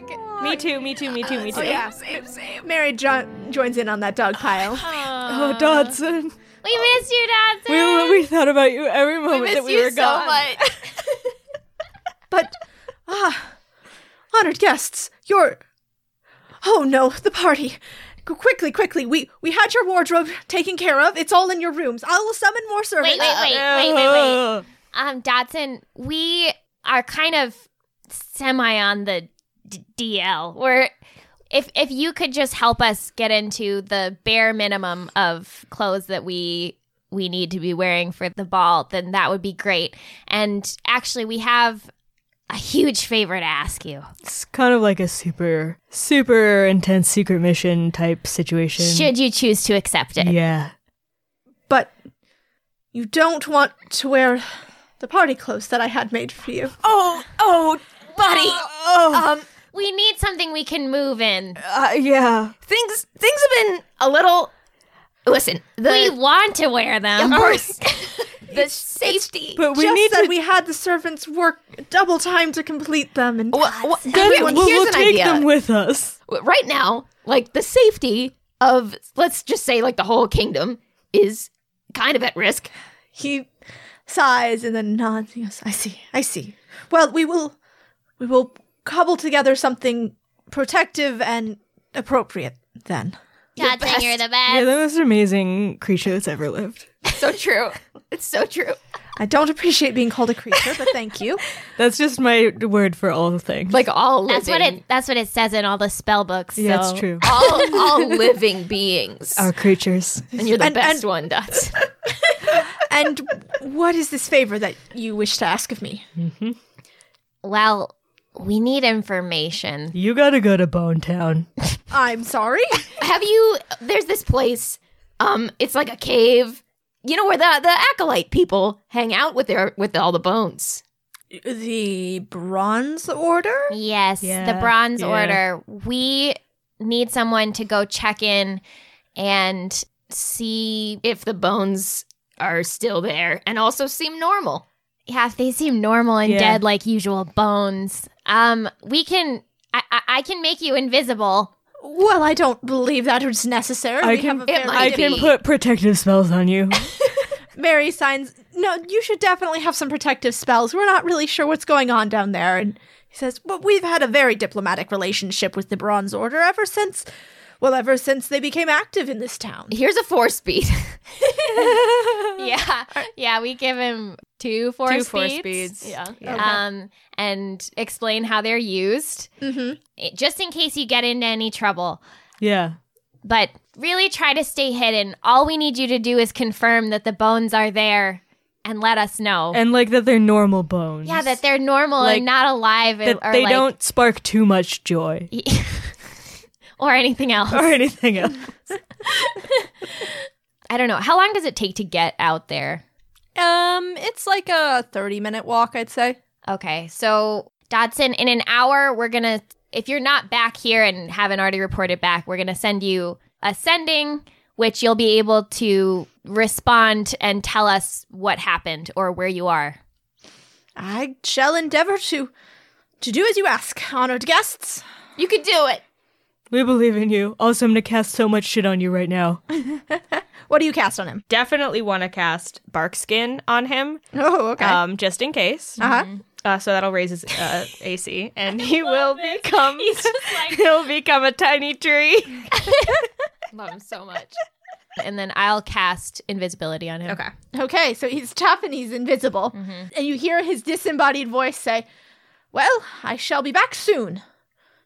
[SPEAKER 4] give him a hug.
[SPEAKER 1] Me too. Me too. Me too. Me too.
[SPEAKER 2] same, same. Mary jo- joins in on that dog pile.
[SPEAKER 1] Oh, Dodson,
[SPEAKER 4] We miss you, Dodson.
[SPEAKER 1] we, we thought about you every moment that we were gone.
[SPEAKER 3] much.
[SPEAKER 2] But, ah, honored guests, your. Oh no, the party. Qu- Quickly, quickly, we we had your wardrobe taken care of. It's all in your rooms. I will summon more servants.
[SPEAKER 4] wait, wait, wait, wait, wait. Um, Dodson, we are kind of semi on the d- DL. We're if if you could just help us get into the bare minimum of clothes that we we need to be wearing for the ball, then that would be great. And actually, we have a huge favor to ask you.
[SPEAKER 1] It's kind of like a super, super intense secret mission type situation.
[SPEAKER 4] Should you choose to accept it?
[SPEAKER 1] Yeah.
[SPEAKER 2] But you don't want to wear the party clothes that I had made for you.
[SPEAKER 1] Oh, oh,
[SPEAKER 3] Buddy,
[SPEAKER 1] oh,
[SPEAKER 3] um,
[SPEAKER 4] We need something we can move in.
[SPEAKER 1] uh, yeah.
[SPEAKER 3] things things have been a little. Listen, the
[SPEAKER 4] we want to wear them.
[SPEAKER 3] of course the safety.
[SPEAKER 1] But we
[SPEAKER 2] Just
[SPEAKER 1] need
[SPEAKER 2] that
[SPEAKER 1] to.
[SPEAKER 2] we had the servants work double time to complete them
[SPEAKER 1] Oh,
[SPEAKER 2] and
[SPEAKER 3] Well, well,
[SPEAKER 1] then
[SPEAKER 3] everyone,
[SPEAKER 1] we'll,
[SPEAKER 3] here's
[SPEAKER 1] we'll
[SPEAKER 3] an
[SPEAKER 1] take
[SPEAKER 3] idea.
[SPEAKER 1] them with us.
[SPEAKER 3] right now, like the safety of let's just say like the whole kingdom is kind of at risk.
[SPEAKER 2] he sighs and then nods. Yes, I see. I see. Well, we will we will cobble together something protective and appropriate then.
[SPEAKER 4] Dodson, you're the best.
[SPEAKER 1] You're the most amazing creature that's ever lived.
[SPEAKER 3] So true. it's so true.
[SPEAKER 2] I don't appreciate being called a creature, but thank you.
[SPEAKER 1] That's just my word for all things.
[SPEAKER 3] Like all living,
[SPEAKER 4] That's what it. That's what it says in all the spell books.
[SPEAKER 1] yeah,
[SPEAKER 4] so-
[SPEAKER 1] that's true.
[SPEAKER 3] all all living beings.
[SPEAKER 1] Our creatures.
[SPEAKER 3] and you're the
[SPEAKER 2] And-
[SPEAKER 3] best
[SPEAKER 2] and-
[SPEAKER 3] one, Dots.
[SPEAKER 2] And what is this favor that you wish to ask of me?
[SPEAKER 1] Mm-hmm.
[SPEAKER 4] Well, we need information.
[SPEAKER 1] You gotta go to Bone Town.
[SPEAKER 2] I'm sorry.
[SPEAKER 3] Have you? There's this place. Um, it's like a cave. You know where the the acolyte people hang out with their with all the bones.
[SPEAKER 2] the bronze order
[SPEAKER 4] Yes,
[SPEAKER 1] Yeah,
[SPEAKER 4] the Bronze
[SPEAKER 1] yeah.
[SPEAKER 4] Order. We need someone to go check in and see
[SPEAKER 3] If the bones are still there and also seem normal.
[SPEAKER 4] yeah, if they seem normal and
[SPEAKER 1] Yeah.
[SPEAKER 4] dead like usual bones. Um, we can. I, I, I can make you invisible.
[SPEAKER 2] well i don't believe that is necessary
[SPEAKER 1] I
[SPEAKER 2] we
[SPEAKER 1] can-
[SPEAKER 2] have a
[SPEAKER 3] it
[SPEAKER 2] fairly
[SPEAKER 3] might
[SPEAKER 1] I
[SPEAKER 3] be.
[SPEAKER 2] different-
[SPEAKER 1] can put protective spells on you.
[SPEAKER 2] mary signs no you should definitely have some protective spells we're not really sure what's going on down there and he says but we've had a very diplomatic relationship with the bronze order ever since well ever since they became active in this town
[SPEAKER 3] Here's a four speed.
[SPEAKER 4] Yeah, yeah. We give him two force
[SPEAKER 3] Two force
[SPEAKER 4] beads.
[SPEAKER 3] beads. Yeah.
[SPEAKER 4] Um, and explain how they're used,
[SPEAKER 2] mm-hmm.
[SPEAKER 4] eh, just in case you get into any trouble.
[SPEAKER 1] yeah.
[SPEAKER 4] but really try to stay hidden. All we need you to do is confirm that the bones are there and let us know.
[SPEAKER 1] And like that they're normal bones.
[SPEAKER 4] yeah, that they're normal
[SPEAKER 1] Like,
[SPEAKER 4] and not alive and,
[SPEAKER 1] that
[SPEAKER 4] or
[SPEAKER 1] they
[SPEAKER 4] like,
[SPEAKER 1] don't spark too much joy
[SPEAKER 4] or anything else.
[SPEAKER 1] or anything else.
[SPEAKER 4] I don't know. How long does it take to get out there?
[SPEAKER 2] um it's like a 30 minute walk i'd say
[SPEAKER 4] Okay. So, Dodson, in an hour, we're going to if you're not back here and haven't already reported back, we're going to send you a sending which you'll be able to respond and tell us what happened or where you are.
[SPEAKER 2] i shall endeavor to to do as you ask honored guests
[SPEAKER 3] you could do it.
[SPEAKER 1] We believe in you. Also, I'm gonna cast so much shit on you right now.
[SPEAKER 2] What do you cast on him?
[SPEAKER 1] Definitely want to cast bark skin on him,
[SPEAKER 2] Oh, okay.
[SPEAKER 1] um, just in case.
[SPEAKER 2] uh huh.
[SPEAKER 1] Uh, so that'll raise his uh, AC, and he will become he'll become a tiny tree.
[SPEAKER 4] Love him so much. And then I'll cast invisibility on him. Okay.
[SPEAKER 2] Okay, so he's tough and he's invisible. And you hear his disembodied voice say, Well, I shall be back soon.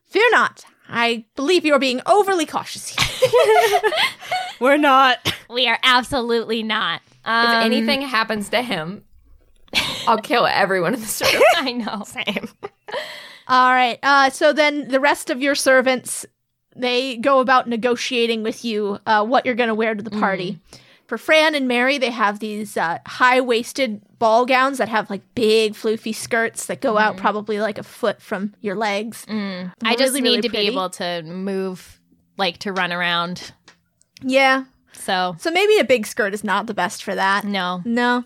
[SPEAKER 2] Fear not. I believe you're being overly cautious here.
[SPEAKER 1] We're not.
[SPEAKER 4] We are absolutely not.
[SPEAKER 3] If
[SPEAKER 4] Um,
[SPEAKER 3] anything happens to him, I'll kill everyone in this room.
[SPEAKER 4] I know.
[SPEAKER 1] Same.
[SPEAKER 2] All right. Uh, so then the rest of your servants, they go about negotiating with you uh, what you're going to wear to the party. For Fran and Mary, they have these uh, high waisted ball gowns that have like big floofy skirts that go out probably like a foot from your legs.
[SPEAKER 4] Mm. I just
[SPEAKER 2] Really,
[SPEAKER 4] need
[SPEAKER 2] really
[SPEAKER 4] to
[SPEAKER 2] pretty.
[SPEAKER 4] be able to move, like to run around.
[SPEAKER 2] Yeah.
[SPEAKER 4] So
[SPEAKER 2] So maybe a big skirt is not the best for that.
[SPEAKER 4] no,
[SPEAKER 2] No.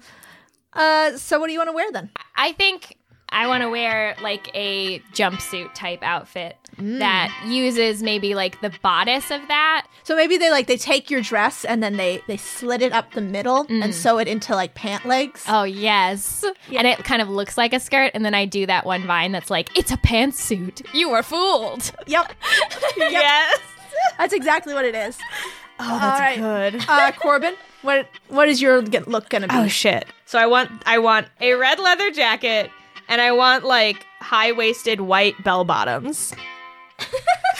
[SPEAKER 2] Uh, so what do you want to wear then?
[SPEAKER 4] I think I want to wear like a jumpsuit type outfit
[SPEAKER 3] Mm.
[SPEAKER 4] that uses maybe like the bodice of that.
[SPEAKER 2] So maybe they like they take your dress and then they they slit it up the middle and sew it into like pant legs.
[SPEAKER 4] Oh yes, and it kind of looks like a skirt. And then I do that one vine that's like, it's a pantsuit. You were fooled.
[SPEAKER 2] Yep,
[SPEAKER 1] Yes.
[SPEAKER 2] that's exactly what it is.
[SPEAKER 1] Oh,
[SPEAKER 2] All
[SPEAKER 1] that's
[SPEAKER 2] right.
[SPEAKER 1] good.
[SPEAKER 2] Uh, Corbin, what what is your g- look gonna be?
[SPEAKER 1] Oh shit. So I want I want a red leather jacket and I want like high-waisted white bell bottoms.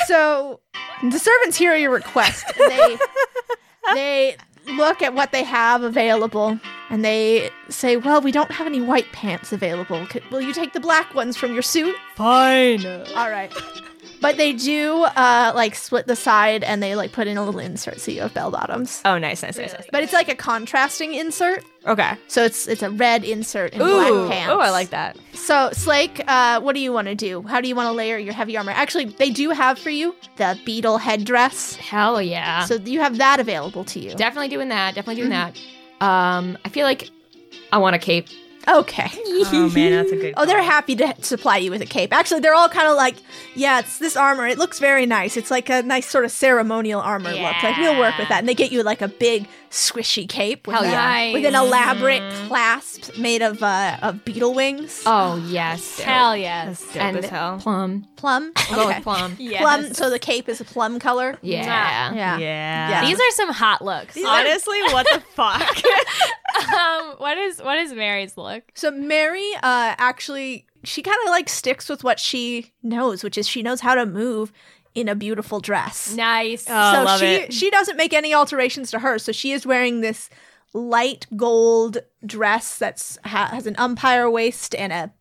[SPEAKER 2] so the servants hear your request. They they look at what they have available and they say, "Well, we don't have any white pants available. Could, will you take the black ones from your suit?"
[SPEAKER 1] Fine.
[SPEAKER 2] All right. But they do uh, like split the side and they like put in a little insert so you have bell bottoms.
[SPEAKER 1] Oh, nice, nice, nice, nice.
[SPEAKER 2] But it's like a contrasting insert.
[SPEAKER 1] Okay.
[SPEAKER 2] So it's it's a red insert and
[SPEAKER 1] Ooh.
[SPEAKER 2] black pants.
[SPEAKER 1] Oh, I like that.
[SPEAKER 2] So Slake, uh, what do you want to do? How do you want to layer your heavy armor? Actually, they do have for you the beetle headdress.
[SPEAKER 3] Hell yeah.
[SPEAKER 2] So you have that available to you.
[SPEAKER 3] Definitely doing that. Definitely doing that. Um, I feel like I want a cape.
[SPEAKER 2] Okay.
[SPEAKER 1] Oh man, that's a good.
[SPEAKER 2] Oh, they're happy to supply you with a cape. Actually, they're all kind of like, yeah, it's this armor. It looks very nice. It's like a nice sort of ceremonial armor look. Like we'll work with that, and they get you like a big squishy cape with,
[SPEAKER 3] Hell
[SPEAKER 2] a-
[SPEAKER 3] yeah.
[SPEAKER 2] with an elaborate clasp made of uh, of beetle wings.
[SPEAKER 3] Oh yes.
[SPEAKER 4] Hell yes.
[SPEAKER 1] That's dope
[SPEAKER 3] and
[SPEAKER 1] as hell.
[SPEAKER 3] plum.
[SPEAKER 2] plum.
[SPEAKER 3] I'll go
[SPEAKER 2] Okay.
[SPEAKER 3] with plum.
[SPEAKER 4] Yes.
[SPEAKER 2] Plum. So the cape is a plum color.
[SPEAKER 3] Yeah.
[SPEAKER 2] Yeah.
[SPEAKER 1] Yeah.
[SPEAKER 4] These are some hot looks.
[SPEAKER 1] Honestly, what the fuck?
[SPEAKER 4] um, what is what is Mary's look?
[SPEAKER 2] So Mary uh actually she kind of like sticks with what she knows, which is she knows how to move in a beautiful dress.
[SPEAKER 4] Nice.
[SPEAKER 1] Oh,
[SPEAKER 2] so
[SPEAKER 1] love
[SPEAKER 2] she
[SPEAKER 1] it.
[SPEAKER 2] she doesn't make any alterations to her. So she is wearing this light gold dress that's ha- has an umpire waist and a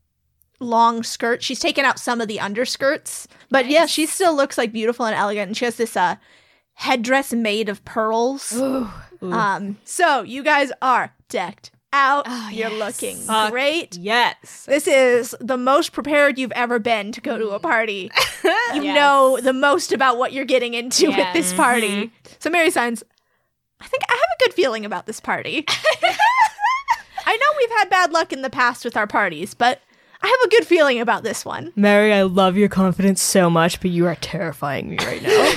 [SPEAKER 2] long skirt. She's taken out some of the underskirts, but yeah, she still looks like beautiful and elegant. And she has this uh headdress made of pearls. Um, so you guys are decked out. You're looking
[SPEAKER 1] Oh, Fuck
[SPEAKER 2] great.
[SPEAKER 1] yes.
[SPEAKER 2] This is the most prepared you've ever been to go to a party. you know the most about what you're getting into with this party. So Mary signs, I think I have a good feeling about this party. I know we've had bad luck in the past with our parties, but I have a good feeling about this one.
[SPEAKER 1] Mary, I love your confidence so much, but you are terrifying me right now.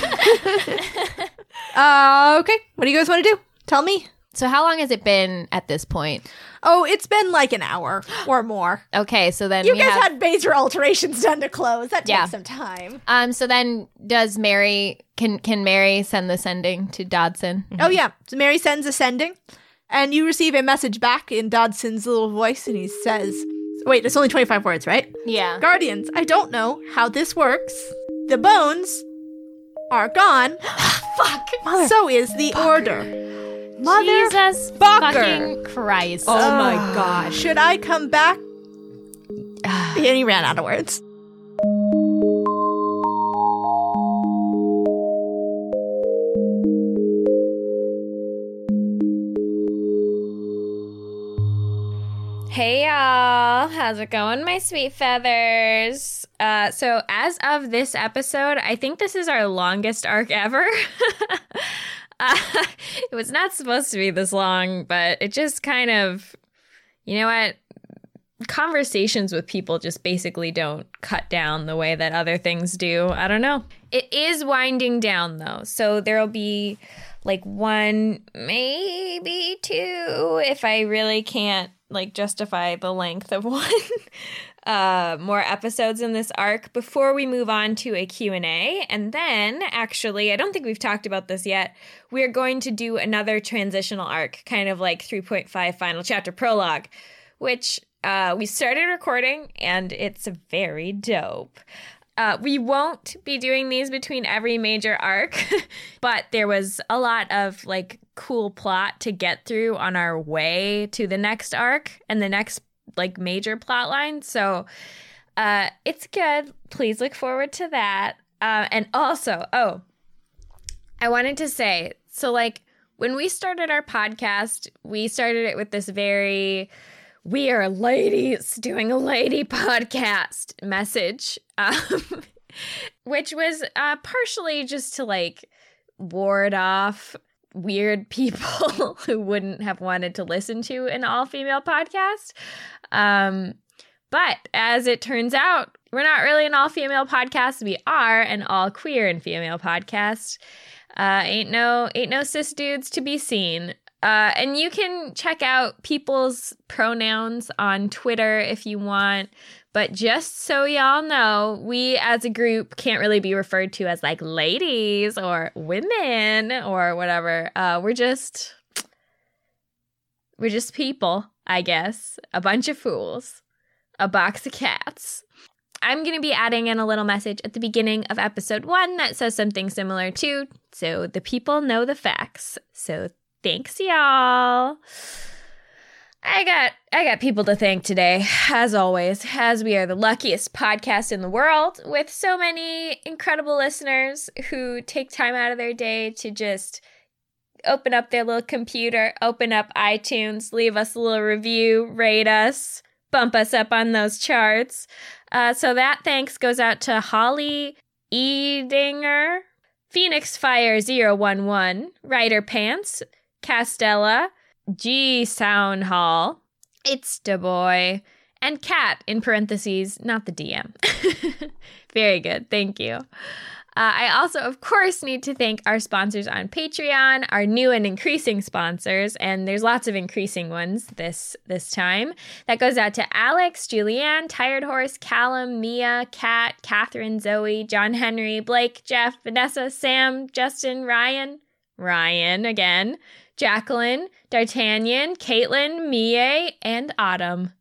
[SPEAKER 2] Uh, okay. What do you guys want to do? Tell me.
[SPEAKER 4] So how long has it been at this point?
[SPEAKER 2] Oh, it's been like an hour or more.
[SPEAKER 4] Okay, so then
[SPEAKER 2] You
[SPEAKER 4] we
[SPEAKER 2] guys
[SPEAKER 4] have,
[SPEAKER 2] had major alterations done to clothes. That takes
[SPEAKER 4] Yeah.
[SPEAKER 2] some time.
[SPEAKER 4] um so then does Mary can can Mary send this ending to Dodson?
[SPEAKER 2] Oh yeah, so Mary sends a sending, and you receive a message back in Dodson's little voice, and he says, "Wait, it's only twenty-five words, right?
[SPEAKER 4] Yeah.
[SPEAKER 2] Guardians, I don't know how this works. The bones are gone. Fuck. So is the order. Mother,
[SPEAKER 4] Jesus fucking Christ.
[SPEAKER 3] Oh my gosh.
[SPEAKER 2] should I come back?" and he ran out of words.
[SPEAKER 3] Hey y'all, how's it going, my sweet feathers? Uh, so, as of this episode, I think this is our longest arc ever. uh, it was not supposed to be this long, but it just kind of, you know what?
[SPEAKER 4] conversations with people just basically don't cut down the way that other things do. I don't know. It is winding down though. So there'll be like one, maybe two, if I really can't like justify the length of one uh more episodes in this arc before we move on to a Q&A and then actually I don't think we've talked about this yet we're going to do another transitional arc kind of like 3.5 final chapter prologue which uh, we started recording and it's very dope. Uh, we won't be doing these between every major arc, but there was a lot of like cool plot to get through on our way to the next arc and the next like major plot line. So uh, it's good. Please look forward to that. Uh, and also, oh, I wanted to say so, like, when we started our podcast, we started it with this very we are ladies doing a lady podcast message, um, which was uh, partially just to like ward off weird people who wouldn't have wanted to listen to an all female podcast. Um, but as it turns out, we're not really an all female podcast. We are an all queer and female podcast. Uh, ain't no ain't no cis dudes to be seen. Uh, and you can check out people's pronouns on Twitter if you want. But just so y'all know, we as a group can't really be referred to as like ladies or women or whatever. Uh, we're just we're just people, I guess. A bunch of fools, a box of cats. I'm going to be adding in a little message at the beginning of episode one that says something similar to, so the people know the facts. So thanks y'all i got i got people to thank today as always as we are the luckiest podcast in the world with so many incredible listeners who take time out of their day to just open up their little computer open up itunes leave us a little review rate us bump us up on those charts uh, so that thanks goes out to holly edinger phoenix fire 011 rider pants Castella, G Sound Hall, It's the Boy, and Cat in parentheses, not the DM. Very good. Thank you. Uh, I also, of course, need to thank our sponsors on Patreon, our new and increasing sponsors, and there's lots of increasing ones this this time. That goes out to Alex, Julianne, Tired Horse, Callum, Mia, Kat, Catherine, Zoe, John Henry, Blake, Jeff, Vanessa, Sam, Justin, Ryan, Ryan again, Jacqueline, D'Artagnan, Caitlin, Mie, and Autumn.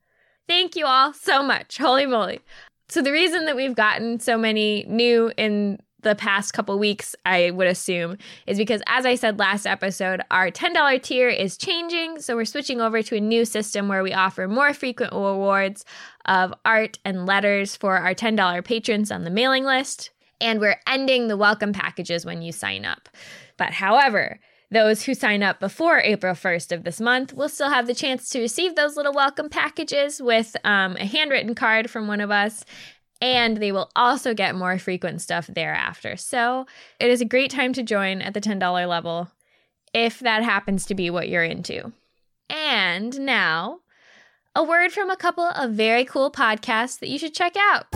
[SPEAKER 4] Thank you all so much. Holy moly. So, the reason that we've gotten so many new in the past couple weeks, I would assume, is because, as I said last episode, our $10 tier is changing. So, we're switching over to a new system where we offer more frequent awards of art and letters for our $10 patrons on the mailing list. And we're ending the welcome packages when you sign up. But however, those who sign up before April 1st of this month will still have the chance to receive those little welcome packages with um, a handwritten card from one of us. And they will also get more frequent stuff thereafter. So it is a great time to join at the $10 level if that happens to be what you're into. And now, a word from a couple of very cool podcasts that you should check out.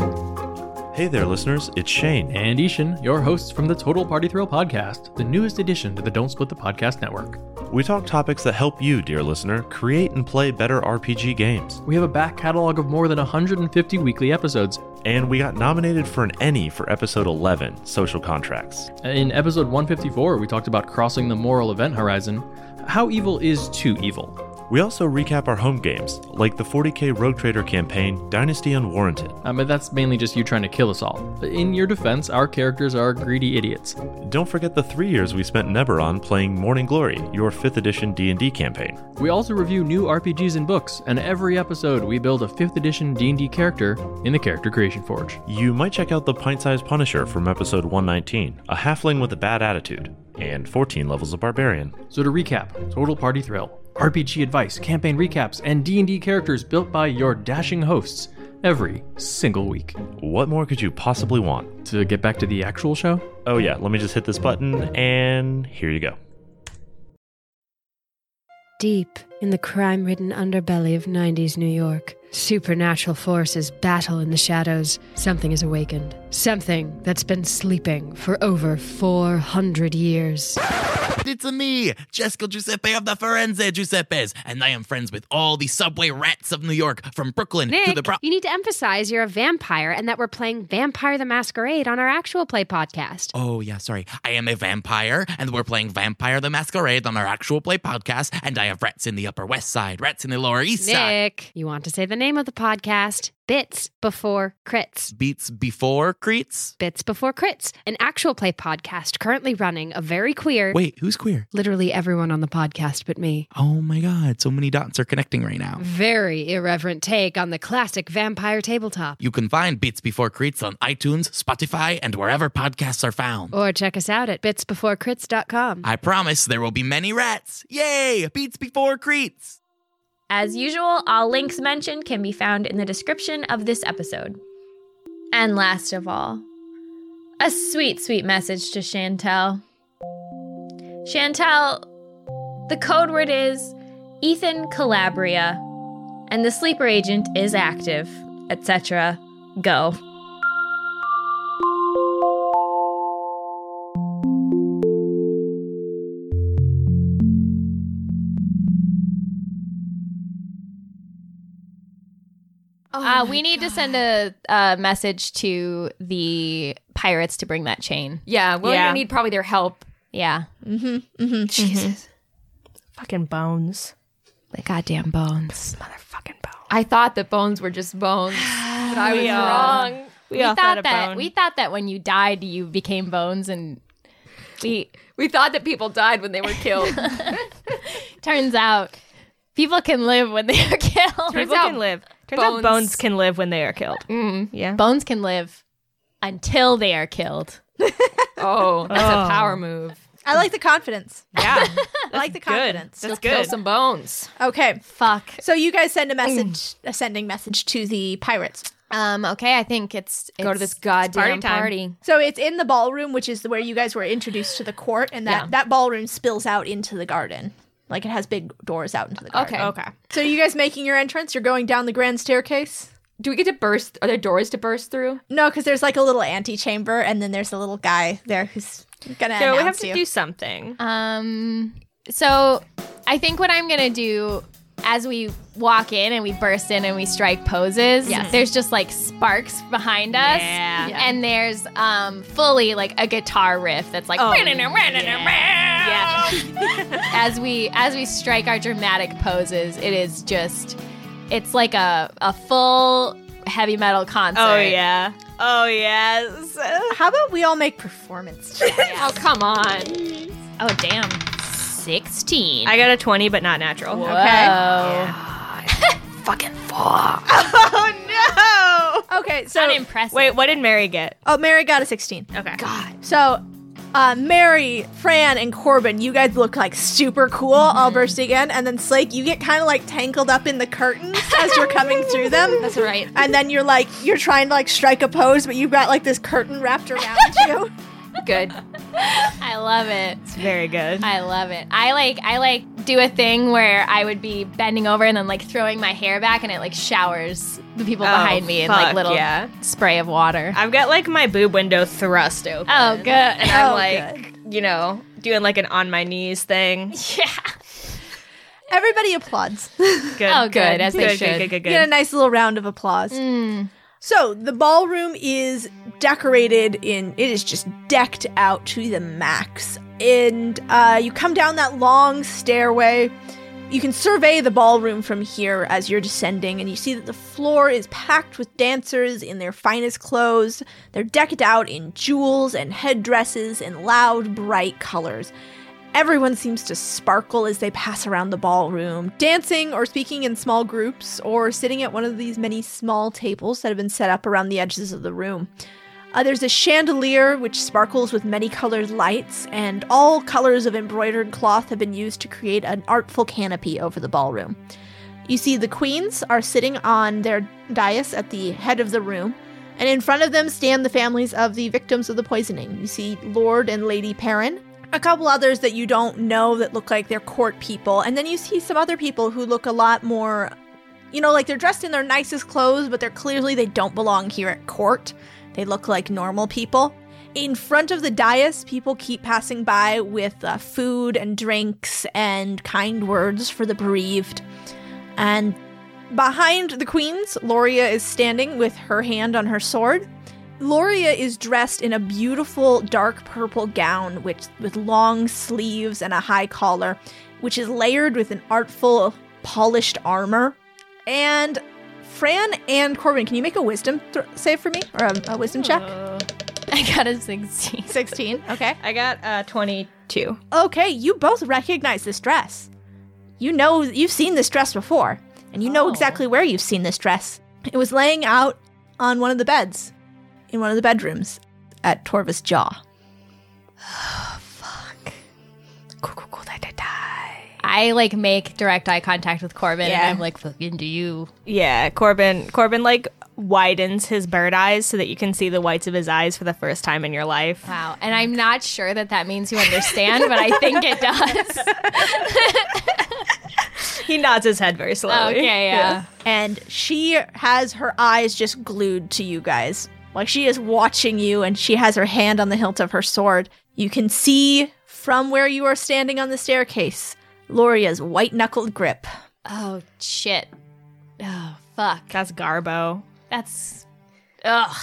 [SPEAKER 5] Hey there, listeners. It's Shane.
[SPEAKER 6] and Ishan, your hosts from the Total Party Thrill podcast, the newest addition to the Don't Split the Podcast network.
[SPEAKER 5] We talk topics that help you, dear listener, create and play better RPG games.
[SPEAKER 6] We have a back catalog of more than 150 weekly episodes.
[SPEAKER 5] And we got nominated for an Emmy for episode 11, Social Contracts.
[SPEAKER 6] In episode 154, we talked about crossing the moral event horizon, how evil is too evil.
[SPEAKER 5] We also recap our home games, like the 40k Rogue Trader campaign, Dynasty Unwarranted.
[SPEAKER 6] Um, but that's mainly just you trying to kill us all. In your defense, our characters are greedy idiots.
[SPEAKER 5] Don't forget the three years we spent in Eberron playing Morning Glory, your 5th edition D&D campaign.
[SPEAKER 6] We also review new RPGs and books, and every episode we build a 5th edition D&D character in the Character Creation Forge.
[SPEAKER 5] You might check out the Pint Size Punisher from episode 119, a halfling with a bad attitude, and 14 levels of barbarian.
[SPEAKER 6] So to recap, Total Party Thrill, RPG advice, campaign recaps, and D&D characters built by your dashing hosts every single week.
[SPEAKER 5] What more could you possibly want?
[SPEAKER 6] To get back to the actual show,
[SPEAKER 5] Oh yeah, let me just hit this button and here you go.
[SPEAKER 7] Deep in the crime ridden underbelly of 90s New York, Supernatural forces battle in the shadows. Something is awakened. Something that's been sleeping for over 400 years.
[SPEAKER 8] It's me, Jesco Giuseppe of the Firenze Giuseppes, and I am friends with all the subway rats of New York, from Brooklyn to
[SPEAKER 7] Nick,
[SPEAKER 8] the Bronx.
[SPEAKER 7] you need to emphasize you're a vampire and that we're playing Vampire the Masquerade on our actual play podcast.
[SPEAKER 8] Oh, yeah, sorry. I am a vampire, and we're playing Vampire the Masquerade on our actual play podcast, and I have rats in the Upper West Side, rats in the Lower East Side.
[SPEAKER 7] Nick, you want to say the name of the podcast? Bits Before Crits.
[SPEAKER 8] Beats before Creets?
[SPEAKER 7] Bits Before Crits, an actual play podcast currently running a very queer.
[SPEAKER 8] Wait, who's queer?
[SPEAKER 7] Literally everyone on the podcast but me.
[SPEAKER 8] Oh my god, so many dots are connecting right now.
[SPEAKER 7] Very irreverent take on the classic vampire tabletop.
[SPEAKER 8] You can find Beats Before Creets on iTunes, Spotify, and wherever podcasts are found.
[SPEAKER 7] Or check us out at bitsbeforecrits.com.
[SPEAKER 8] I promise there will be many rats. Yay! Beats Before Creets!
[SPEAKER 3] As usual, all links mentioned can be found in the description of this episode. And last of all, a sweet, sweet message to Chantel. Chantel, the code word is Ethan Calabria, and the sleeper agent is active, etc. Go.
[SPEAKER 4] uh, we need to send a, a message to the pirates to bring that chain.
[SPEAKER 9] Yeah, we're
[SPEAKER 1] Yeah.
[SPEAKER 9] gonna need probably their help.
[SPEAKER 4] Yeah,
[SPEAKER 2] Mm-hmm. Mm-hmm.
[SPEAKER 9] Jesus,
[SPEAKER 1] Fucking bones.
[SPEAKER 4] the goddamn bones.
[SPEAKER 1] Motherfucking bones.
[SPEAKER 9] I thought that bones were just bones, but I was
[SPEAKER 1] We all-
[SPEAKER 9] wrong.
[SPEAKER 1] We,
[SPEAKER 4] We
[SPEAKER 1] all
[SPEAKER 4] thought,
[SPEAKER 1] thought, a
[SPEAKER 4] that
[SPEAKER 1] bone.
[SPEAKER 4] we thought that when you died, you became bones, and we
[SPEAKER 9] We thought that people died when they were killed.
[SPEAKER 4] turns out people can live when they are killed.
[SPEAKER 1] People
[SPEAKER 9] out
[SPEAKER 1] can live. Turns out
[SPEAKER 9] bones-
[SPEAKER 1] bones Mm. can live when they are killed. Yeah.
[SPEAKER 4] bones can live until they are killed.
[SPEAKER 9] oh, that's
[SPEAKER 1] Oh.
[SPEAKER 9] a power move.
[SPEAKER 2] I like the confidence.
[SPEAKER 1] yeah.
[SPEAKER 2] I like the
[SPEAKER 1] Good.
[SPEAKER 2] confidence.
[SPEAKER 1] That's
[SPEAKER 9] Kill
[SPEAKER 1] good.
[SPEAKER 9] some bones.
[SPEAKER 2] Okay.
[SPEAKER 4] Fuck.
[SPEAKER 2] So you guys send a message, a sending message to the pirates.
[SPEAKER 4] Um. Okay. I think it's, it's
[SPEAKER 9] Go to this goddamn
[SPEAKER 4] party time.
[SPEAKER 9] party.
[SPEAKER 2] So it's in the ballroom, which is where you guys were introduced to the court, and that, that ballroom spills out into the garden. Like it has big doors out into the garden.
[SPEAKER 9] Okay.
[SPEAKER 1] Okay.
[SPEAKER 2] So you guys making your entrance? You're going down the grand staircase?
[SPEAKER 9] Do we get to burst? Are there doors to burst through?
[SPEAKER 2] No, because there's like a little antechamber, and then there's a little guy there who's gonna
[SPEAKER 1] So we have
[SPEAKER 2] announce
[SPEAKER 1] to
[SPEAKER 2] you.
[SPEAKER 1] do something.
[SPEAKER 4] Um. So I think what I'm gonna do as we walk in and we burst in and we strike poses. Yes. There's just like sparks behind us.
[SPEAKER 1] Yeah.
[SPEAKER 4] And there's um fully like a guitar riff that's
[SPEAKER 1] Oh,
[SPEAKER 4] like as we as we strike our dramatic poses, it is just it's like a a full heavy metal concert.
[SPEAKER 1] Oh yeah. Oh yes.
[SPEAKER 2] How about we all make performance? checks?
[SPEAKER 9] Oh, come on.
[SPEAKER 4] Oh damn. Sixteen.
[SPEAKER 1] I got a 20 but not natural. Oh
[SPEAKER 2] okay, so
[SPEAKER 4] So,
[SPEAKER 1] no.
[SPEAKER 4] Unimpressive.
[SPEAKER 1] Wait, what did Mary get?
[SPEAKER 2] oh, Mary got a sixteen.
[SPEAKER 1] Okay.
[SPEAKER 2] So, uh, Mary, Fran, and Corbin, you guys look like super cool. I'll
[SPEAKER 1] Mm-hmm.
[SPEAKER 2] burst again, and then Slake, you get kind of like tangled up in the curtains as you're coming through them.
[SPEAKER 9] That's right.
[SPEAKER 2] and then you're like you're trying to like strike a pose, but you've got like this curtain wrapped around you.
[SPEAKER 9] Good.
[SPEAKER 4] I love it.
[SPEAKER 1] It's very good.
[SPEAKER 4] I love it. I like I like do a thing where I would be bending over and then like throwing my hair back and it like showers the people
[SPEAKER 1] Oh,
[SPEAKER 4] behind me in like
[SPEAKER 1] fuck,
[SPEAKER 4] little
[SPEAKER 1] yeah.
[SPEAKER 4] spray of water.
[SPEAKER 1] I've got like my boob window thrust open.
[SPEAKER 4] Oh good.
[SPEAKER 1] And I'm
[SPEAKER 2] Oh,
[SPEAKER 1] like, you know, doing like an on my knees thing.
[SPEAKER 2] Everybody applauds.
[SPEAKER 1] Good.
[SPEAKER 4] Oh, good, as they
[SPEAKER 1] good,
[SPEAKER 4] should.
[SPEAKER 1] Good, good, good,
[SPEAKER 2] You Get a
[SPEAKER 1] good.
[SPEAKER 2] nice little round of applause. So the ballroom is decorated in it is just decked out to the max. And uh, you come down that long stairway. You can survey the ballroom from here as you're descending, and you see that the floor is packed with dancers in their finest clothes. They're decked out in jewels and headdresses and loud, bright colors. Everyone seems to sparkle as they pass around the ballroom, dancing or speaking in small groups or sitting at one of these many small tables that have been set up around the edges of the room. Uh, there's a chandelier which sparkles with many colored lights, and all colors of embroidered cloth have been used to create an artful canopy over the ballroom. You see, the queens are sitting on their dais at the head of the room, and in front of them stand the families of the victims of the poisoning. You see Lord and Lady Perrin, a couple others that you don't know that look like they're court people, and then you see some other people who look a lot more You know, like they're dressed in their nicest clothes, but they're clearly they don't belong here at court. They look like normal people. In front of the dais, people keep passing by with uh, food and drinks and kind words for the bereaved. And behind the queens, Loria is standing with her hand on her sword. Loria is dressed in a beautiful dark purple gown which, with long sleeves and a high collar, which is layered with an artful, polished armor. And Fran and Corbin, can you make a wisdom th- save for me? Or a, a wisdom check?
[SPEAKER 4] I got a 16.
[SPEAKER 2] 16. Okay.
[SPEAKER 1] I got uh, 22.
[SPEAKER 2] Okay, you both recognize this dress. You know, you've seen this dress before, and you know exactly where you've seen this dress. It was laying out on one of the beds, in one of the bedrooms, at Torva's jaw.
[SPEAKER 4] I like make direct eye contact with Corbin
[SPEAKER 2] Yeah.
[SPEAKER 4] and I'm like, fucking do you?
[SPEAKER 1] Yeah, Corbin. Corbin like widens his bird eyes so that you can see the whites of his eyes for the first time in your life.
[SPEAKER 4] Wow. And I'm not sure that that means you understand, but I think it does.
[SPEAKER 1] He nods his head very slowly.
[SPEAKER 4] okay, yeah.
[SPEAKER 2] And she has her eyes just glued to you guys. Like she is watching you, and she has her hand on the hilt of her sword. You can see from where you are standing on the staircase Loria's white knuckled grip.
[SPEAKER 4] Oh, shit. Oh, fuck.
[SPEAKER 1] That's Garbo.
[SPEAKER 4] That's. Ugh.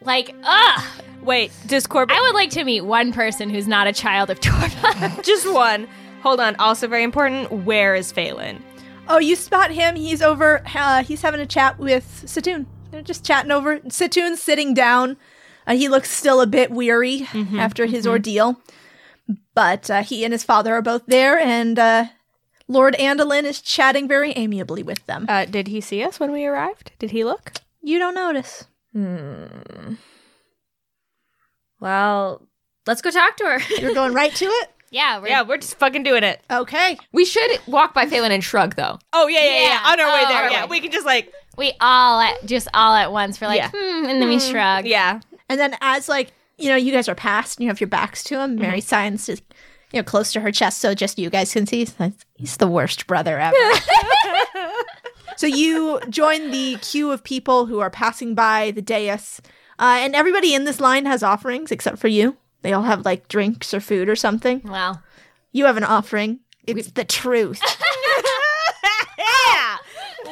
[SPEAKER 4] Like, ugh.
[SPEAKER 1] Wait, does Corbin
[SPEAKER 4] I would like to meet one person who's not a child of Torva.
[SPEAKER 1] just one? Hold on. Also very important. Where is Phelan?
[SPEAKER 2] Oh, you spot him. He's over. Uh, he's having a chat with Satoon. They're just chatting over. Satoon's sitting down. Uh, he looks still a bit weary after his ordeal, but uh, he and his father are both there, and uh, Lord Andolin is chatting very amiably with them.
[SPEAKER 1] Uh, did he see us when we arrived? Did he look?
[SPEAKER 2] you don't notice.
[SPEAKER 3] Well, let's go talk to her.
[SPEAKER 2] You're going right to it.
[SPEAKER 4] yeah, we're
[SPEAKER 1] Yeah, we're just fucking doing it.
[SPEAKER 2] Okay.
[SPEAKER 9] We should walk by Phelan and shrug, though.
[SPEAKER 1] Oh yeah, yeah, yeah.
[SPEAKER 4] Yeah.
[SPEAKER 1] On our way
[SPEAKER 4] Oh,
[SPEAKER 1] there.
[SPEAKER 4] our
[SPEAKER 1] Yeah,
[SPEAKER 4] way.
[SPEAKER 1] we can just like
[SPEAKER 4] we all at, just all at once. We're like,
[SPEAKER 1] Yeah.
[SPEAKER 4] hmm, and then we shrug.
[SPEAKER 1] yeah.
[SPEAKER 2] And then as like you know, you guys are past, and you have your backs to him. Mary signs is you know close to her chest, so just you guys can see. He's like, He's the worst brother ever. so you join the queue of people who are passing by the dais, uh, and everybody in this line has offerings except for you. They all have like drinks or food or something.
[SPEAKER 4] Well,
[SPEAKER 2] You have an offering. It's the truth.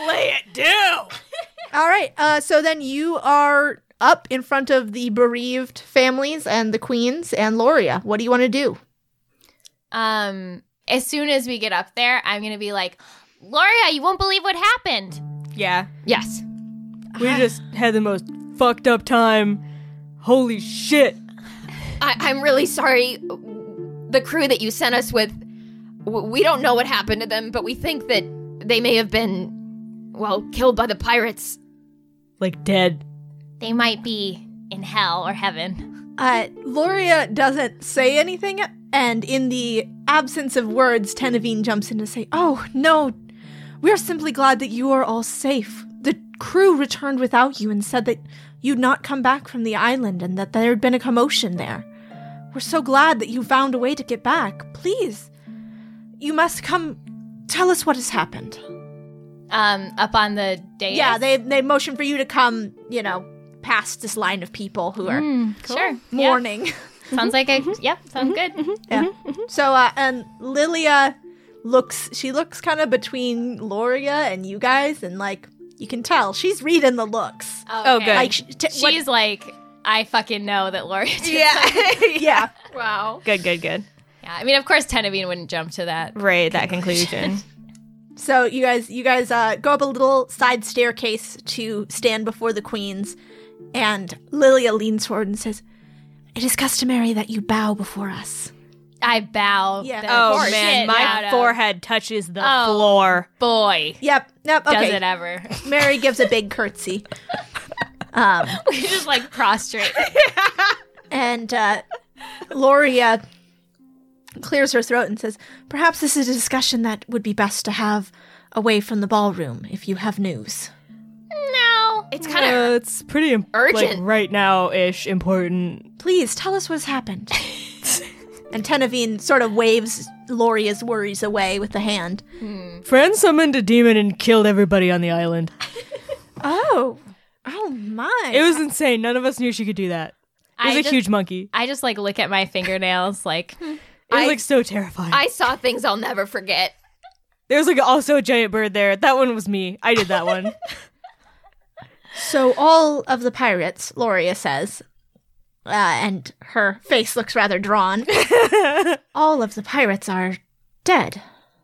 [SPEAKER 1] Lay it down.
[SPEAKER 2] All right. Uh, so then you are up in front of the bereaved families and the queens and Loria. What do you want to do?
[SPEAKER 4] um, as soon as we get up there, I'm gonna be like, Loria, you won't believe what happened.
[SPEAKER 1] Yeah.
[SPEAKER 9] Yes.
[SPEAKER 1] We just had the most fucked up time. Holy shit.
[SPEAKER 9] I- I'm really sorry. The crew that you sent us with, w- we don't know what happened to them, but we think that they may have been, well, killed by the pirates.
[SPEAKER 1] Like dead.
[SPEAKER 4] They might be in hell or heaven.
[SPEAKER 2] Uh, Loria doesn't say anything, and in the absence of words, Tenavine jumps in to say, Oh, no, we're simply glad that you are all safe. The crew returned without you and said that you'd not come back from the island and that there had been a commotion there. We're so glad that you found a way to get back. Please, you must come tell us what has happened.
[SPEAKER 4] Um, up on the dais.
[SPEAKER 2] Yeah, they, they motion for you to come, you know, past this line of people who are
[SPEAKER 4] Mm, Hmm, sure. Yeah.
[SPEAKER 2] mourning.
[SPEAKER 4] Sounds like a yep. Sounds good.
[SPEAKER 2] Yeah. So uh, and Lilia looks she looks kind of between Loria and you guys and like you can tell she's reading the looks.
[SPEAKER 1] Oh, good.
[SPEAKER 2] Like sh- t- what-
[SPEAKER 4] She's like, I fucking know that Loria. Did
[SPEAKER 1] Yeah.
[SPEAKER 2] yeah.
[SPEAKER 9] Wow.
[SPEAKER 1] good, good, good.
[SPEAKER 4] Yeah, I mean, of course, Tenavine wouldn't jump to that.
[SPEAKER 1] Right, that conclusion.
[SPEAKER 2] So you guys you guys uh, go up a little side staircase to stand before the queens and Lilia leans forward and says, "It is customary that you bow before us."
[SPEAKER 4] I bow.
[SPEAKER 2] Yeah.
[SPEAKER 4] the
[SPEAKER 1] oh
[SPEAKER 4] shit
[SPEAKER 1] man, my
[SPEAKER 4] out of-
[SPEAKER 1] forehead touches the
[SPEAKER 4] Oh.
[SPEAKER 1] floor.
[SPEAKER 4] boy.
[SPEAKER 2] Yep. Yep.
[SPEAKER 4] Does
[SPEAKER 2] Okay.
[SPEAKER 4] it ever?
[SPEAKER 2] Mary gives a big curtsy. Um
[SPEAKER 4] We just like prostrate.
[SPEAKER 2] And uh, Loria clears her throat and says, Perhaps this is a discussion that would be best to have away from the ballroom if you have news.
[SPEAKER 4] no.
[SPEAKER 9] It's kind
[SPEAKER 7] Uh,
[SPEAKER 9] of.
[SPEAKER 1] it's pretty im-
[SPEAKER 9] Urgent.
[SPEAKER 1] right now ish important.
[SPEAKER 2] Please tell us what's happened. And Tenavine sort of waves Loria's worries away with the hand.
[SPEAKER 7] Friend summoned a demon and killed everybody on the island.
[SPEAKER 2] Oh. Oh my.
[SPEAKER 7] It was insane. None of us knew she could do that. It was
[SPEAKER 4] I
[SPEAKER 7] a
[SPEAKER 4] just-
[SPEAKER 7] huge monkey.
[SPEAKER 4] I just like look at my fingernails, like
[SPEAKER 7] It was
[SPEAKER 3] I-
[SPEAKER 7] like so terrifying.
[SPEAKER 3] I saw things I'll never forget.
[SPEAKER 7] there was like also a giant bird there. That one was me. I did that one.
[SPEAKER 2] So all of the pirates, Loria says, uh, and her face looks rather drawn. all of the pirates are dead.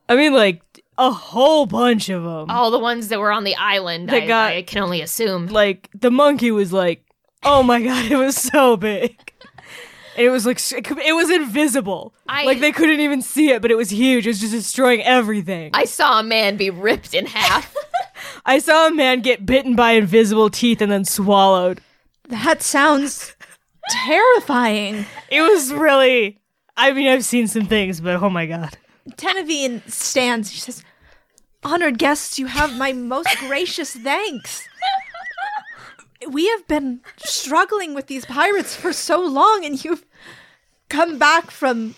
[SPEAKER 7] I mean, like a whole bunch of them.
[SPEAKER 3] All the ones that were on the island,
[SPEAKER 7] That
[SPEAKER 3] I,
[SPEAKER 7] got-
[SPEAKER 3] I can only assume.
[SPEAKER 7] like the monkey was like, oh my god, it was so big. And it was like s- it was invisible.
[SPEAKER 3] I-
[SPEAKER 7] like they couldn't even see it, but it was huge. It was just destroying everything.
[SPEAKER 3] I saw a man be ripped in half.
[SPEAKER 7] I saw a man get bitten by invisible teeth and then swallowed.
[SPEAKER 2] That sounds terrifying.
[SPEAKER 7] It was really. I mean, I've seen some things, but oh my god.
[SPEAKER 2] Tenavine stands. She says, Honored guests, you have my most gracious thanks. We have been struggling with these pirates for so long, and you've come back from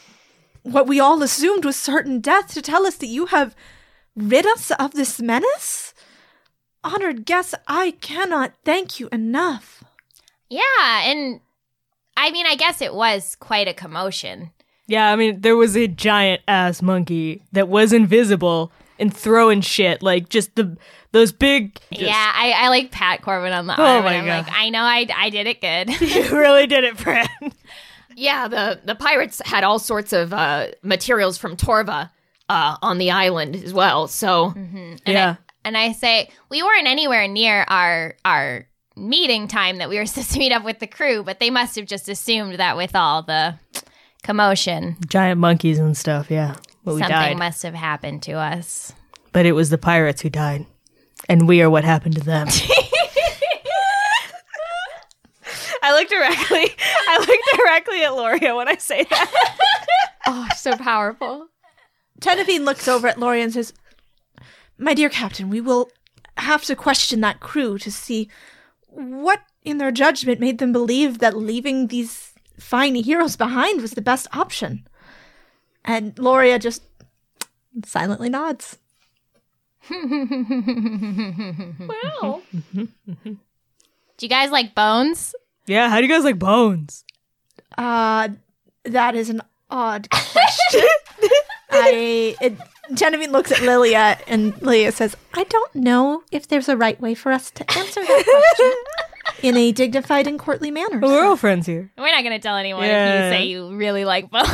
[SPEAKER 2] what we all assumed was certain death to tell us that you have rid us of this menace? Honored guests, I cannot thank you enough.
[SPEAKER 4] yeah. And I mean, I guess it was quite a commotion.
[SPEAKER 7] Yeah, I mean, there was a giant ass monkey that was invisible and throwing shit like just the those big.
[SPEAKER 4] Yeah, I, I like pat Corbin on the
[SPEAKER 7] Oh
[SPEAKER 4] arm,
[SPEAKER 7] my
[SPEAKER 4] and I'm
[SPEAKER 7] God.
[SPEAKER 4] like, I know I I did it good.
[SPEAKER 7] you really did it, friend.
[SPEAKER 3] yeah, the, the pirates had all sorts of uh, materials from Torva uh, on the island as well. So
[SPEAKER 7] yeah,
[SPEAKER 4] and I say we weren't anywhere near our our meeting time that we were supposed to meet up with the crew, but they must have just assumed that with all the commotion,
[SPEAKER 7] giant monkeys and stuff. Yeah, but we
[SPEAKER 4] something
[SPEAKER 7] died.
[SPEAKER 4] must have happened to us.
[SPEAKER 7] but it was the pirates who died, and we are what happened to them. I look directly. I look directly at Loria when I say that.
[SPEAKER 4] Oh, so powerful.
[SPEAKER 2] Tenavine looks over at Laurie and says, My dear captain, we will have to question that crew to see what in their judgment made them believe that leaving these fine heroes behind was the best option. And Loria just silently nods.
[SPEAKER 4] Do you guys like bones?
[SPEAKER 7] Yeah, how do you guys like bones?
[SPEAKER 2] Uh, that is an odd question. I. It, Genevieve looks at Lilia and Lilia says, I don't know if there's a right way for us to answer that question in a dignified and courtly manner.
[SPEAKER 7] We're all friends here.
[SPEAKER 4] We're not gonna tell anyone
[SPEAKER 7] Yeah.
[SPEAKER 4] if you say you really like bones.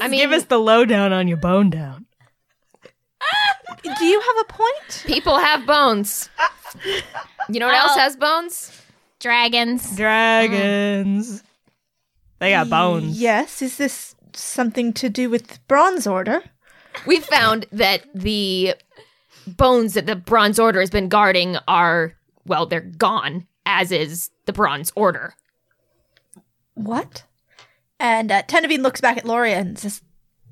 [SPEAKER 7] I mean, give us the lowdown on your bone down.
[SPEAKER 2] Do you have a point?
[SPEAKER 3] people have bones. You know what else
[SPEAKER 4] I'll-
[SPEAKER 3] has bones?
[SPEAKER 4] Dragons. Mm-hmm.
[SPEAKER 7] Dragons. They got bones.
[SPEAKER 2] Yes. Is this something to do with the Bronze Order?
[SPEAKER 3] We found that the bones that the Bronze Order has been guarding are, well, they're gone, as is the Bronze Order.
[SPEAKER 2] What? And uh, Tenavine looks back at Loria and says,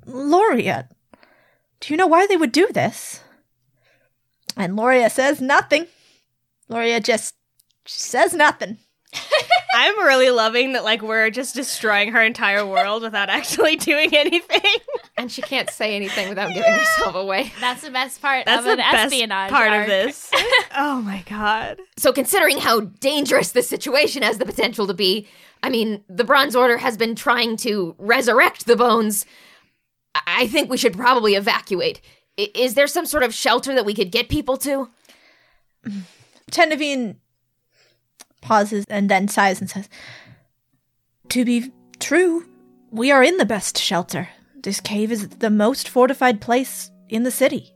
[SPEAKER 2] Loria, do you know why they would do this? And Loria says nothing. Loria just says nothing.
[SPEAKER 7] I'm really loving that, like, we're just destroying her entire world without actually doing anything.
[SPEAKER 3] And she can't say anything without giving herself away.
[SPEAKER 4] That's the best part
[SPEAKER 7] That's
[SPEAKER 4] of
[SPEAKER 7] the
[SPEAKER 4] an
[SPEAKER 7] best
[SPEAKER 4] espionage
[SPEAKER 7] part
[SPEAKER 4] arc.
[SPEAKER 7] of this. oh my god.
[SPEAKER 3] So, considering how dangerous this situation has the potential to be, I mean, the Bronze Order has been trying to resurrect the bones. I- I think we should probably evacuate. I- is there some sort of shelter that we could get people to?
[SPEAKER 2] Tenavine pauses and then sighs and says, To be true, we are in the best shelter. This cave is the most fortified place in the city.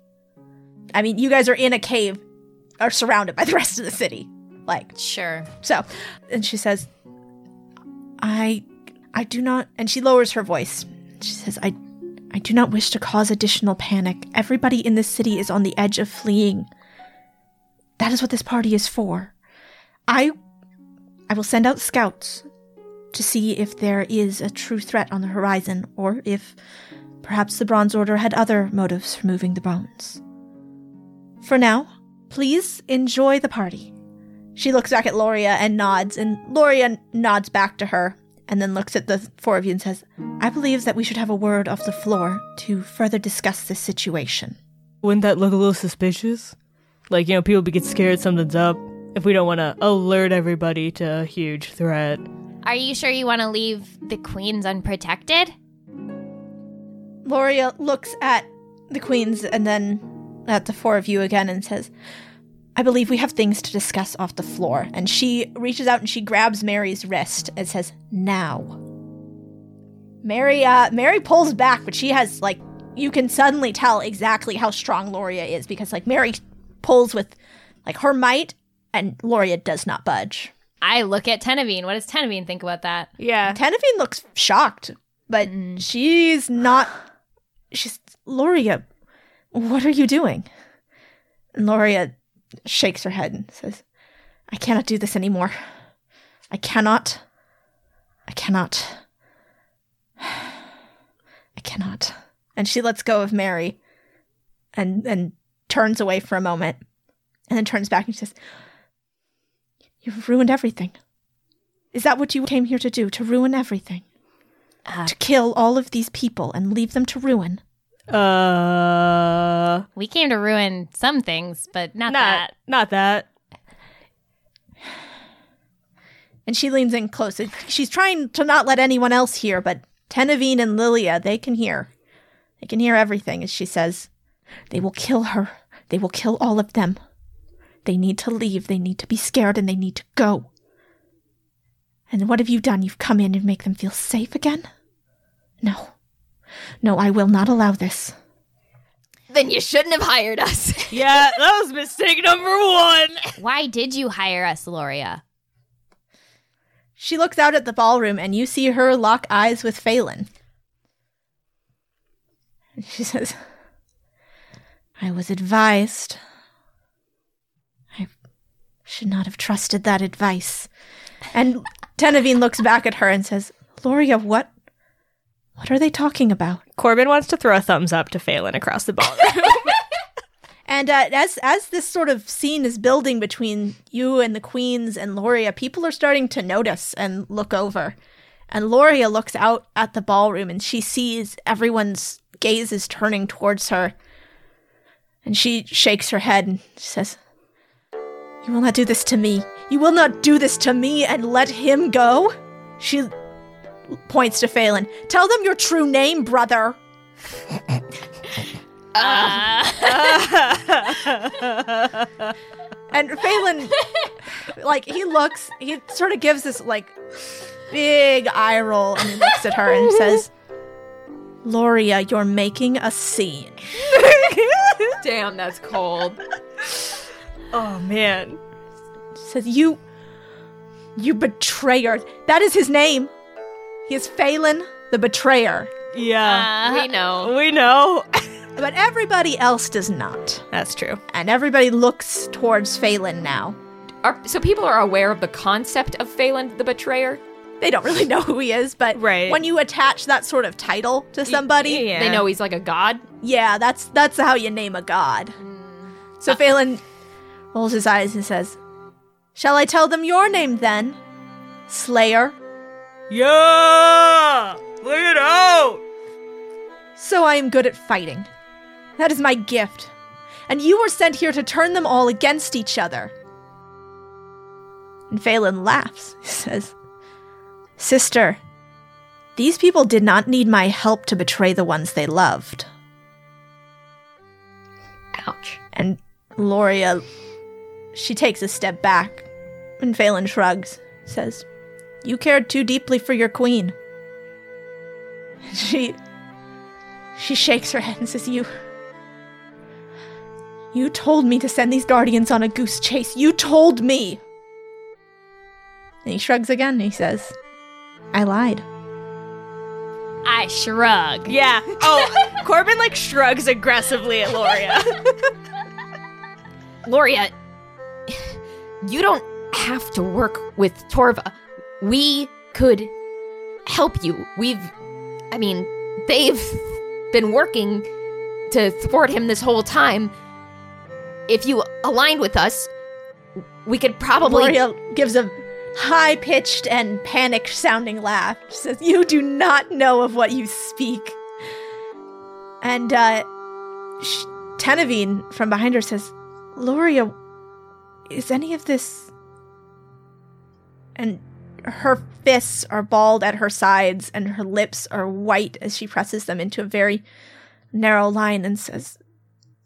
[SPEAKER 2] I mean, you guys are in a cave, are surrounded by the rest of the city. Like,
[SPEAKER 4] Sure.
[SPEAKER 2] so, and she says, "I, I do not." And she lowers her voice. She says, "I, I do not wish to cause additional panic. Everybody in this city is on the edge of fleeing. That is what this party is for. I, I will send out scouts to see if there is a true threat on the horizon, or if." Perhaps the Bronze Order had other motives for moving the bones. For now, please enjoy the party. She looks back at Loria and nods, and Loria nods back to her. and then looks at the four of you and says, I believe that we should have a word off the floor to further discuss this situation.
[SPEAKER 1] Wouldn't that look a little suspicious? Like, you know, people get scared something's up if we don't want to alert everybody to a huge threat.
[SPEAKER 4] Are you sure you want to leave the queens unprotected?
[SPEAKER 2] Loria looks at the queens and then at the four of you again and says, I believe we have things to discuss off the floor. And she reaches out and she grabs Mary's wrist and says, Now. Mary, uh, Mary pulls back, but she has, like, you can suddenly tell exactly how strong Loria is because, like, Mary pulls with, like, her might, and Loria does not budge.
[SPEAKER 4] I look at Tenavine. What does Tenavine think about that?
[SPEAKER 3] Yeah.
[SPEAKER 2] Tenafin looks shocked, but she's not. She's Loria. What are you doing? And Loria shakes her head and says, "I cannot do this anymore. I cannot. I cannot. I cannot." And she lets go of Mary, and and turns away for a moment, and then turns back and says, "You've ruined everything." Is that what you came here to do? To ruin everything? to kill all of these people and leave them to ruin?
[SPEAKER 1] Uh,
[SPEAKER 4] We came to ruin some things, but not,
[SPEAKER 1] not,
[SPEAKER 4] that.
[SPEAKER 1] not that.
[SPEAKER 2] And she leans in close. And She's trying to not let anyone else hear, but Tenavine and Lilia, they can hear. They can hear everything, as she says. They will kill her. They will kill all of them. They need to leave. They need to be scared and they need to go. And what have you done? You've come in and make them feel safe again? No. No, I will not allow this.
[SPEAKER 9] Then you shouldn't have hired us.
[SPEAKER 1] Yeah, that was mistake number one.
[SPEAKER 4] Why did you hire us, Loria?
[SPEAKER 2] She looks out at the ballroom and you see her lock eyes with Phelan. And she says, I was advised. I should not have trusted that advice. And Tenavine looks back at her and says, Loria, what? What are they talking about?
[SPEAKER 1] Corbin wants to throw a thumbs up to Phelan across the ballroom.
[SPEAKER 2] And uh, as as this sort of scene is building between you and the queens and Loria, people are starting to notice and look over. And Loria looks out at the ballroom and she sees everyone's gaze is turning towards her. And she shakes her head and says, "You will not do this to me. You will not do this to me and let him go." She points to Phelan. Tell them your true name, brother. And Phelan, like, he looks, he sort of gives this, like, big eye roll and he looks at her and says, Loria, you're making a scene.
[SPEAKER 9] Damn, that's cold.
[SPEAKER 1] oh man,
[SPEAKER 2] Says, You, you betrayer. That is his name. He is Phelan the betrayer.
[SPEAKER 1] yeah,
[SPEAKER 4] Uh,
[SPEAKER 9] we know.
[SPEAKER 1] we know.
[SPEAKER 2] But everybody else does not.
[SPEAKER 1] That's true.
[SPEAKER 2] And everybody looks towards Phelan now.
[SPEAKER 9] Are, so people are aware of the concept of Phelan the Betrayer.
[SPEAKER 2] They don't really know who he is, but
[SPEAKER 1] Right.
[SPEAKER 2] when you attach that sort of title to somebody,
[SPEAKER 1] Yeah.
[SPEAKER 9] They know he's like a god.
[SPEAKER 2] Yeah, that's that's how you name a god. So Phelan rolls his eyes and says, "Shall I tell them your name then, Slayer?
[SPEAKER 1] Yeah, look it out.
[SPEAKER 2] So I am good at fighting. That is my gift, and you were sent here to turn them all against each other." And Phelan laughs. He says, "Sister, these people did not need my help to betray the ones they loved."
[SPEAKER 9] Ouch.
[SPEAKER 2] And Loria, she takes a step back, and Phelan shrugs, says, You cared too deeply for your queen. She. She shakes her head and says, You. You told me to send these guardians on a goose chase. You told me! And he shrugs again and he says, I lied.
[SPEAKER 4] I shrug.
[SPEAKER 1] Yeah. Oh, Corbin like shrugs aggressively at Loria.
[SPEAKER 9] Loria, you don't have to work with Torva. We could help you. We've, I mean, they've been working to thwart him this whole time. If you aligned with us, we could probably.
[SPEAKER 2] Loria gives a high pitched and panic sounding laugh. She says, You do not know of what you speak. And uh, sh- Tenevine from behind her says, Loria, is any of this. And her fists are balled at her sides, and her lips are white as she presses them into a very narrow line and says,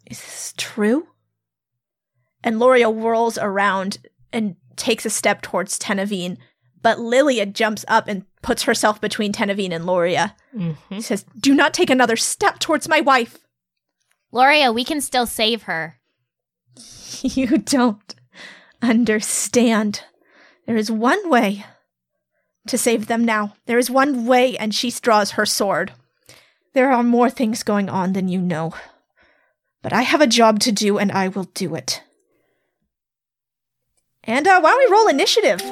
[SPEAKER 2] Is this true? And Loria whirls around and takes a step towards Tenavine, but Lilia jumps up and puts herself between Tenavine and Loria. She says, Do not take another step towards my wife.
[SPEAKER 4] Loria, we can still save her.
[SPEAKER 2] You don't understand. There is one way to save them now. There is one way, and she draws her sword. There are more things going on than you know. But I have a job to do, and I will do it. And uh, why don't we roll initiative?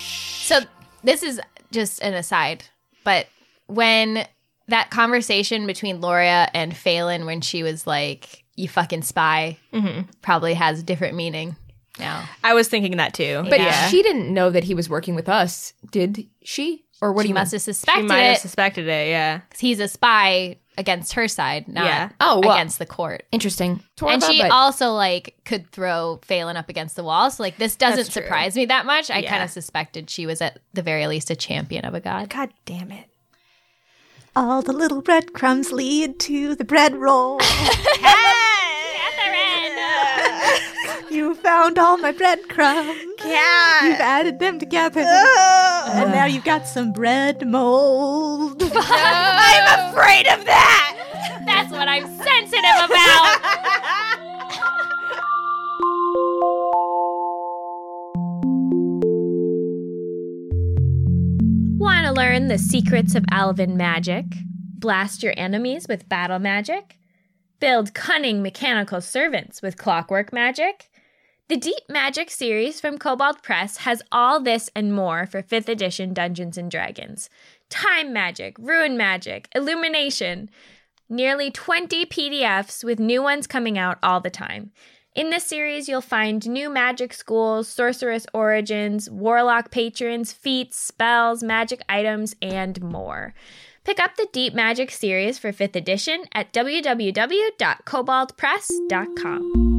[SPEAKER 4] So this is just an aside, but when that conversation between Loria and Phelan when she was like, "You fucking spy," probably has a different meaning now.
[SPEAKER 1] I was thinking that too.
[SPEAKER 9] But
[SPEAKER 4] Yeah.
[SPEAKER 9] she didn't know that he was working with us, did she? Or what do
[SPEAKER 4] She
[SPEAKER 9] you
[SPEAKER 4] must have
[SPEAKER 1] she
[SPEAKER 4] suspected
[SPEAKER 1] might have
[SPEAKER 4] it.
[SPEAKER 1] suspected it. Yeah.
[SPEAKER 4] 'cause he's a spy against her side, not
[SPEAKER 1] Yeah.
[SPEAKER 9] Oh, well.
[SPEAKER 4] against the court.
[SPEAKER 9] Interesting.
[SPEAKER 4] and
[SPEAKER 9] Torva,
[SPEAKER 4] she
[SPEAKER 9] but-
[SPEAKER 4] also like could throw Phelan up against the wall. So like this doesn't
[SPEAKER 1] That's true.
[SPEAKER 4] surprise me that much. I
[SPEAKER 1] Yeah.
[SPEAKER 4] kind of suspected she was at the very least a champion of a god.
[SPEAKER 2] God damn it. All the little breadcrumbs lead to the bread roll. you found all my breadcrumbs. Yeah. You've added them together.
[SPEAKER 9] Oh.
[SPEAKER 2] and now you've got some bread mold. I'm afraid of that.
[SPEAKER 4] That's what I'm sensitive about.
[SPEAKER 3] Want to learn the secrets of Alvin magic? Blast your enemies with battle magic? Build cunning mechanical servants with clockwork magic? The Deep Magic series from Cobalt Press has all this and more for 5th edition Dungeons and Dragons. Time magic, ruin magic, illumination. Nearly 20 PDFs with new ones coming out all the time. In this series, you'll find new magic schools, sorceress origins, warlock patrons, feats, spells, magic items, and more. Pick up the Deep Magic series for 5th edition at www.cobaltpress.com.